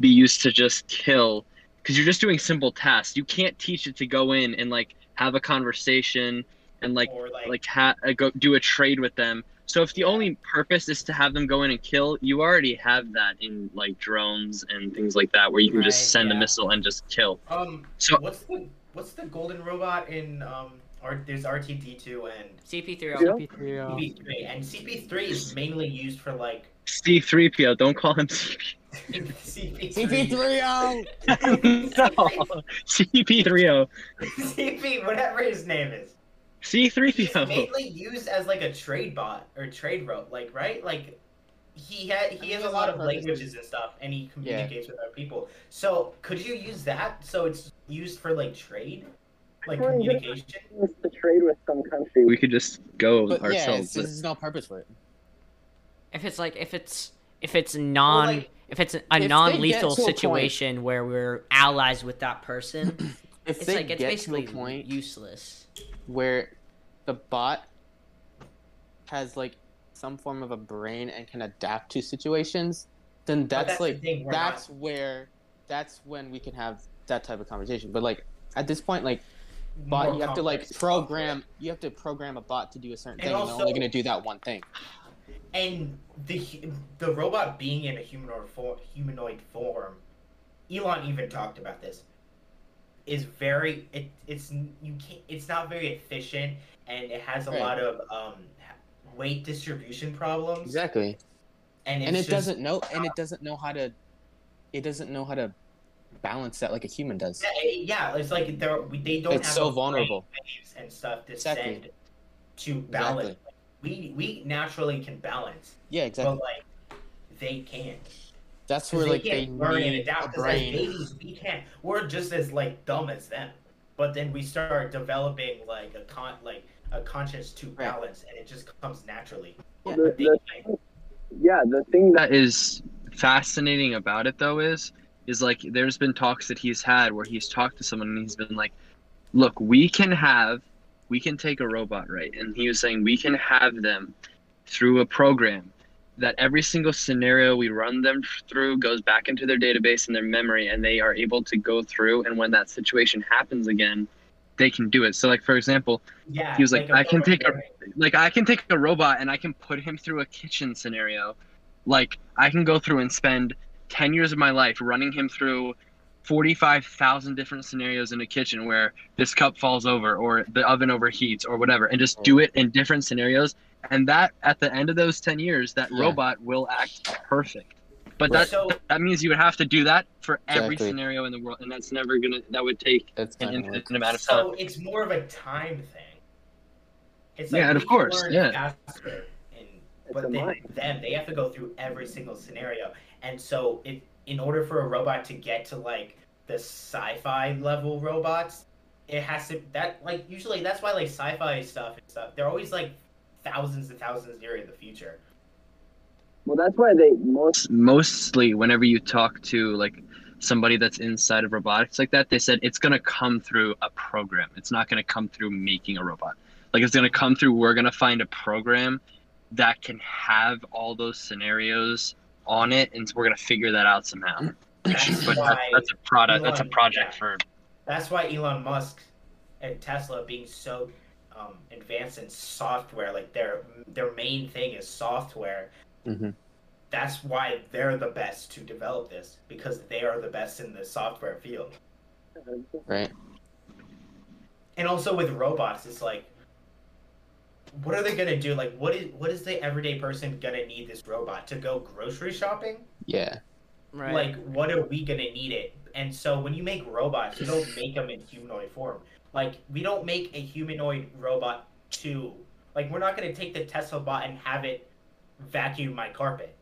Speaker 5: be used to just kill because you're just doing simple tasks you can't teach it to go in and like have a conversation and like
Speaker 1: or like,
Speaker 5: like ha- uh, go do a trade with them so if the
Speaker 1: Yeah.
Speaker 5: only purpose is to have them go in and kill you already have that in like drones and things like that where you can
Speaker 3: Right,
Speaker 5: just send
Speaker 3: yeah.
Speaker 5: a missile and just kill
Speaker 1: um,
Speaker 5: so
Speaker 1: what's the what's the golden robot in um? Or there's RTD2 and
Speaker 3: CP3
Speaker 5: Oh.
Speaker 6: CP3, uh,
Speaker 1: CP3, and CP3 is mainly used for like (laughs)
Speaker 5: c3po don't call him (laughs) cp
Speaker 1: CP3,
Speaker 2: CP3O.
Speaker 5: no cp3o
Speaker 1: CP, whatever his name is. He's
Speaker 5: C3PO.
Speaker 1: mainly used as like a trade bot or trade route, like right, like he had he
Speaker 7: mean, he
Speaker 1: has a
Speaker 7: has
Speaker 1: lot of
Speaker 7: purposes.
Speaker 1: languages and stuff, and he communicates with other people. So could you use that? So it's used for like trade, like
Speaker 4: Well, you-
Speaker 1: communication.
Speaker 4: us to trade with some country,
Speaker 5: We could just go
Speaker 2: But yeah,
Speaker 5: ourselves.
Speaker 2: it's, there's no purpose for it.
Speaker 3: if it's like if it's if it's non
Speaker 7: like,
Speaker 3: if it's a
Speaker 7: they get
Speaker 3: non-lethal
Speaker 7: to a point-
Speaker 3: situation where we're allies with that person,
Speaker 2: If
Speaker 3: it's
Speaker 2: they
Speaker 3: like it's
Speaker 2: get
Speaker 3: basically
Speaker 2: to a point
Speaker 3: useless.
Speaker 2: where the bot has like some form of a brain and can adapt to situations, then
Speaker 1: But
Speaker 2: that's,
Speaker 1: the
Speaker 2: like
Speaker 1: thing, we're
Speaker 2: that's
Speaker 1: not,
Speaker 2: where that's when we can have that type of conversation. But like at this point, like bot,
Speaker 1: more
Speaker 2: you have to like
Speaker 1: complex.
Speaker 2: program. You have to program a bot to do a
Speaker 1: And
Speaker 2: certain thing. and they're
Speaker 1: also-
Speaker 2: only gonna do that one thing.
Speaker 1: and the hu- the robot being in a humanoid form, humanoid form, Elon even talked about this. Is very it, it's you can't it's not very efficient and it has a
Speaker 2: Right.
Speaker 1: lot of um weight distribution problems
Speaker 2: Exactly.
Speaker 1: and, it's
Speaker 2: And it
Speaker 1: just-
Speaker 2: doesn't know. And it doesn't know how to. It doesn't know how to balance that like a human does.
Speaker 1: yeah, it- yeah it's like they're, we- they don't
Speaker 2: It's
Speaker 1: have
Speaker 2: so
Speaker 1: the
Speaker 2: vulnerable.
Speaker 1: waves and stuff to
Speaker 2: Exactly.
Speaker 1: send to balance we we naturally can balance
Speaker 2: Yeah, exactly.
Speaker 1: but like they can't
Speaker 2: That's
Speaker 1: 'Cause
Speaker 2: where
Speaker 1: they
Speaker 2: like they
Speaker 1: can't learn and
Speaker 2: need a
Speaker 1: adapt 'cause as
Speaker 2: brain.
Speaker 1: babies we can't we're just as like dumb as them but then we start developing like a con like a conscience to balance and it just comes naturally
Speaker 2: Yeah.
Speaker 4: the,
Speaker 1: But they
Speaker 4: the,
Speaker 1: can't.
Speaker 4: yeah, the thing that
Speaker 5: that is fascinating about it though is is like there's been talks that he's had where he's talked to someone and he's been like, look, we can have we can take a robot, right? And he was saying we can have them through a program that every single scenario we run them through goes back into their database and their memory and they are able to go through and when that situation happens again, they can do it. So like for example,
Speaker 1: yeah
Speaker 5: He was like,
Speaker 1: a
Speaker 5: "I can take a-
Speaker 1: program.
Speaker 5: like I can take a robot and I can put him through a kitchen scenario Like I can go through and spend ten years of my life running him through forty-five thousand different scenarios in a kitchen where this cup falls over or the oven overheats or whatever, and just
Speaker 2: Oh.
Speaker 5: do it in different scenarios. And that at the end of those ten years, that
Speaker 2: Yeah.
Speaker 5: robot will act perfect. But
Speaker 2: Right.
Speaker 5: that
Speaker 1: So-
Speaker 5: that means you would have to do that for every
Speaker 2: Exactly.
Speaker 5: scenario in the world, and that's never gonna. That would take
Speaker 2: That's
Speaker 5: an
Speaker 2: not gonna
Speaker 5: infinite
Speaker 2: work.
Speaker 5: amount of time.
Speaker 1: So it's more of a time thing. It's
Speaker 5: Yeah, and
Speaker 1: we
Speaker 5: of
Speaker 1: can
Speaker 5: course,
Speaker 1: learn
Speaker 5: yeah.
Speaker 1: faster and-
Speaker 4: It's a
Speaker 1: but then
Speaker 4: mind.
Speaker 1: them, they have to go through every single scenario, and so if in order for a robot to get to like the sci-fi level robots, it has to that like usually that's why like sci-fi stuff and stuff they're always like thousands and thousands of years in the future.
Speaker 4: Well, that's why they most.
Speaker 5: mostly whenever you talk to like somebody that's inside of robotics like that they said it's going to come through a program it's not going to come through making a robot like it's going to come through we're going to find a program that can have all those scenarios on it and we're going to figure that out somehow (clears throat)
Speaker 1: That's
Speaker 5: but
Speaker 1: why
Speaker 5: that's, that's a product that's a
Speaker 1: Elon-
Speaker 5: project
Speaker 1: yeah.
Speaker 5: for
Speaker 1: That's why Elon Musk and Tesla being so um, advanced in software, like their their main thing is software.
Speaker 2: Mhm.
Speaker 1: That's why they're the best to develop this because they are the best in the software field.
Speaker 2: right?
Speaker 1: And also with robots, it's like, what are they gonna do? Like, what is what is the everyday person gonna need this robot to go grocery shopping?
Speaker 2: Yeah.
Speaker 3: Right.
Speaker 1: Like, what are we gonna need it? And so when you make robots, you don't make them in humanoid form. Like, we don't make a humanoid robot to like we're not gonna take the Tesla bot and have it vacuum my carpet.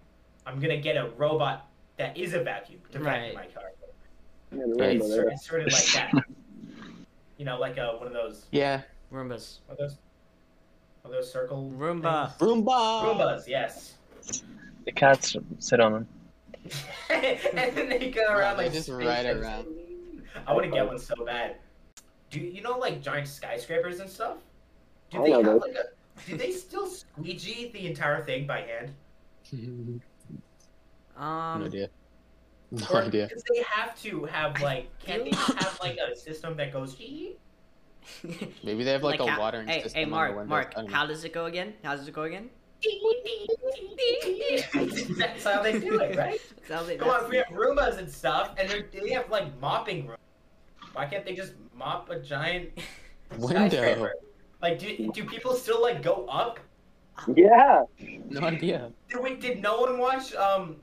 Speaker 1: I'm gonna get a robot that is a vacuum to vacuum
Speaker 3: Right.
Speaker 1: my carpet.
Speaker 4: Yeah,
Speaker 2: Right.
Speaker 1: It's, sort-
Speaker 4: remember
Speaker 1: it's sort of like that. you know, like a, one of those
Speaker 2: Yeah.
Speaker 3: Roombas.
Speaker 1: one of those one of those circle
Speaker 3: Roomba.
Speaker 1: things?
Speaker 2: Roomba.
Speaker 1: Roombas, yes.
Speaker 5: the cats sit on them
Speaker 1: and then they go around
Speaker 2: they
Speaker 1: like
Speaker 2: just
Speaker 1: space
Speaker 2: ride
Speaker 1: and- Oh.
Speaker 2: around.
Speaker 1: I want to get one so bad. Do you know like giant skyscrapers and stuff? Do
Speaker 4: I
Speaker 1: they
Speaker 4: know
Speaker 1: have
Speaker 4: those.
Speaker 1: like a? Do they still squeegee the entire thing by hand?
Speaker 2: (laughs) no
Speaker 3: Um. (laughs)
Speaker 2: idea. No
Speaker 1: Or
Speaker 2: idea.
Speaker 1: Because they have to have like, can't they just have like a system that goes? "Ee?"
Speaker 2: Maybe they have like, a
Speaker 3: how-
Speaker 2: watering
Speaker 3: hey,
Speaker 2: system
Speaker 3: Hey,
Speaker 2: on
Speaker 3: Mark.
Speaker 2: the windows.
Speaker 3: Mark.
Speaker 2: I don't know.
Speaker 3: How does it go again? How does it go again?
Speaker 1: (laughs) That's how they do it, right?
Speaker 3: (laughs) That's how they-
Speaker 1: Come on,
Speaker 3: that's-
Speaker 1: we have Roombas and stuff, and they're- they have like mopping rooms. Why can't they just mop a giant
Speaker 2: (laughs) window.
Speaker 1: skyscraper? Like, do, do people still like go up
Speaker 4: that? Yeah.
Speaker 2: No idea.
Speaker 1: Did, we, did no one watch um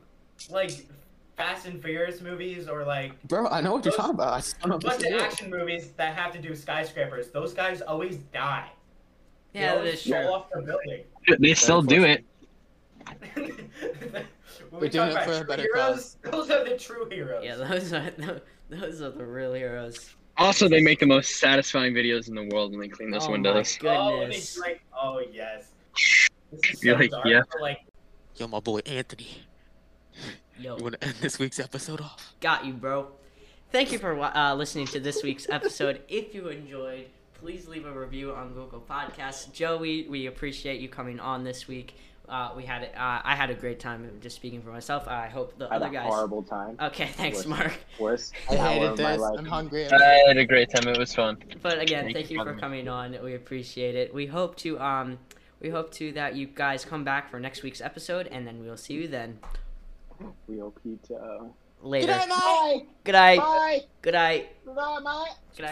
Speaker 1: like Fast and Furious movies or like
Speaker 2: Bro, I know what you're talking about. I just don't know
Speaker 1: a
Speaker 2: what
Speaker 1: bunch
Speaker 2: to
Speaker 1: of
Speaker 2: do.
Speaker 1: action movies that have to do with skyscrapers? Those guys always die. They
Speaker 3: Yeah, that
Speaker 1: always
Speaker 3: is true.
Speaker 1: fall off the building. (laughs)
Speaker 5: they still do it
Speaker 1: When
Speaker 2: We're
Speaker 1: we
Speaker 2: doing
Speaker 1: talk about
Speaker 2: it for a
Speaker 1: true
Speaker 2: better
Speaker 1: heroes, (laughs) Those are the true heroes.
Speaker 3: Yeah, those are tho- those are the real heroes.
Speaker 5: also they make the most satisfying videos in the world when they clean those
Speaker 3: oh
Speaker 5: windows
Speaker 3: My
Speaker 1: Oh, and
Speaker 3: goodness.
Speaker 1: it's like, oh yes. This is so
Speaker 5: You're like,
Speaker 1: dark,
Speaker 5: yeah.
Speaker 1: but, like,
Speaker 2: Yo, my boy Anthony.
Speaker 3: Yo,
Speaker 2: You want to end this week's episode off?
Speaker 3: got you, bro. Thank you for wa- uh, listening to this week's
Speaker 1: (laughs)
Speaker 3: episode. if you enjoyed, please leave a review on Google Podcasts. Joey, we appreciate you coming on this week. Uh, we had uh, I had a great time just speaking for myself. I hope the
Speaker 8: I had
Speaker 3: other
Speaker 8: a
Speaker 3: guys.
Speaker 8: horrible time.
Speaker 3: Okay, thanks, Mark.
Speaker 8: Worst
Speaker 2: I
Speaker 8: hour
Speaker 2: hated
Speaker 8: of my
Speaker 2: this.
Speaker 8: life.
Speaker 2: I'm hungry. I'm
Speaker 5: i had a great time it was fun
Speaker 3: But again,
Speaker 5: Thank
Speaker 3: thank,
Speaker 5: you
Speaker 3: you
Speaker 5: for
Speaker 3: for
Speaker 5: having me.
Speaker 3: coming on. We appreciate it. We hope to um, we hope to that you guys come back for next week's episode, and then we'll see you then
Speaker 8: Real pizza.
Speaker 3: later.
Speaker 7: Good night, Mike.
Speaker 3: Good night.
Speaker 7: Bye.
Speaker 3: Good night.
Speaker 7: Good night, Mike.
Speaker 3: Good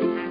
Speaker 3: night, mate.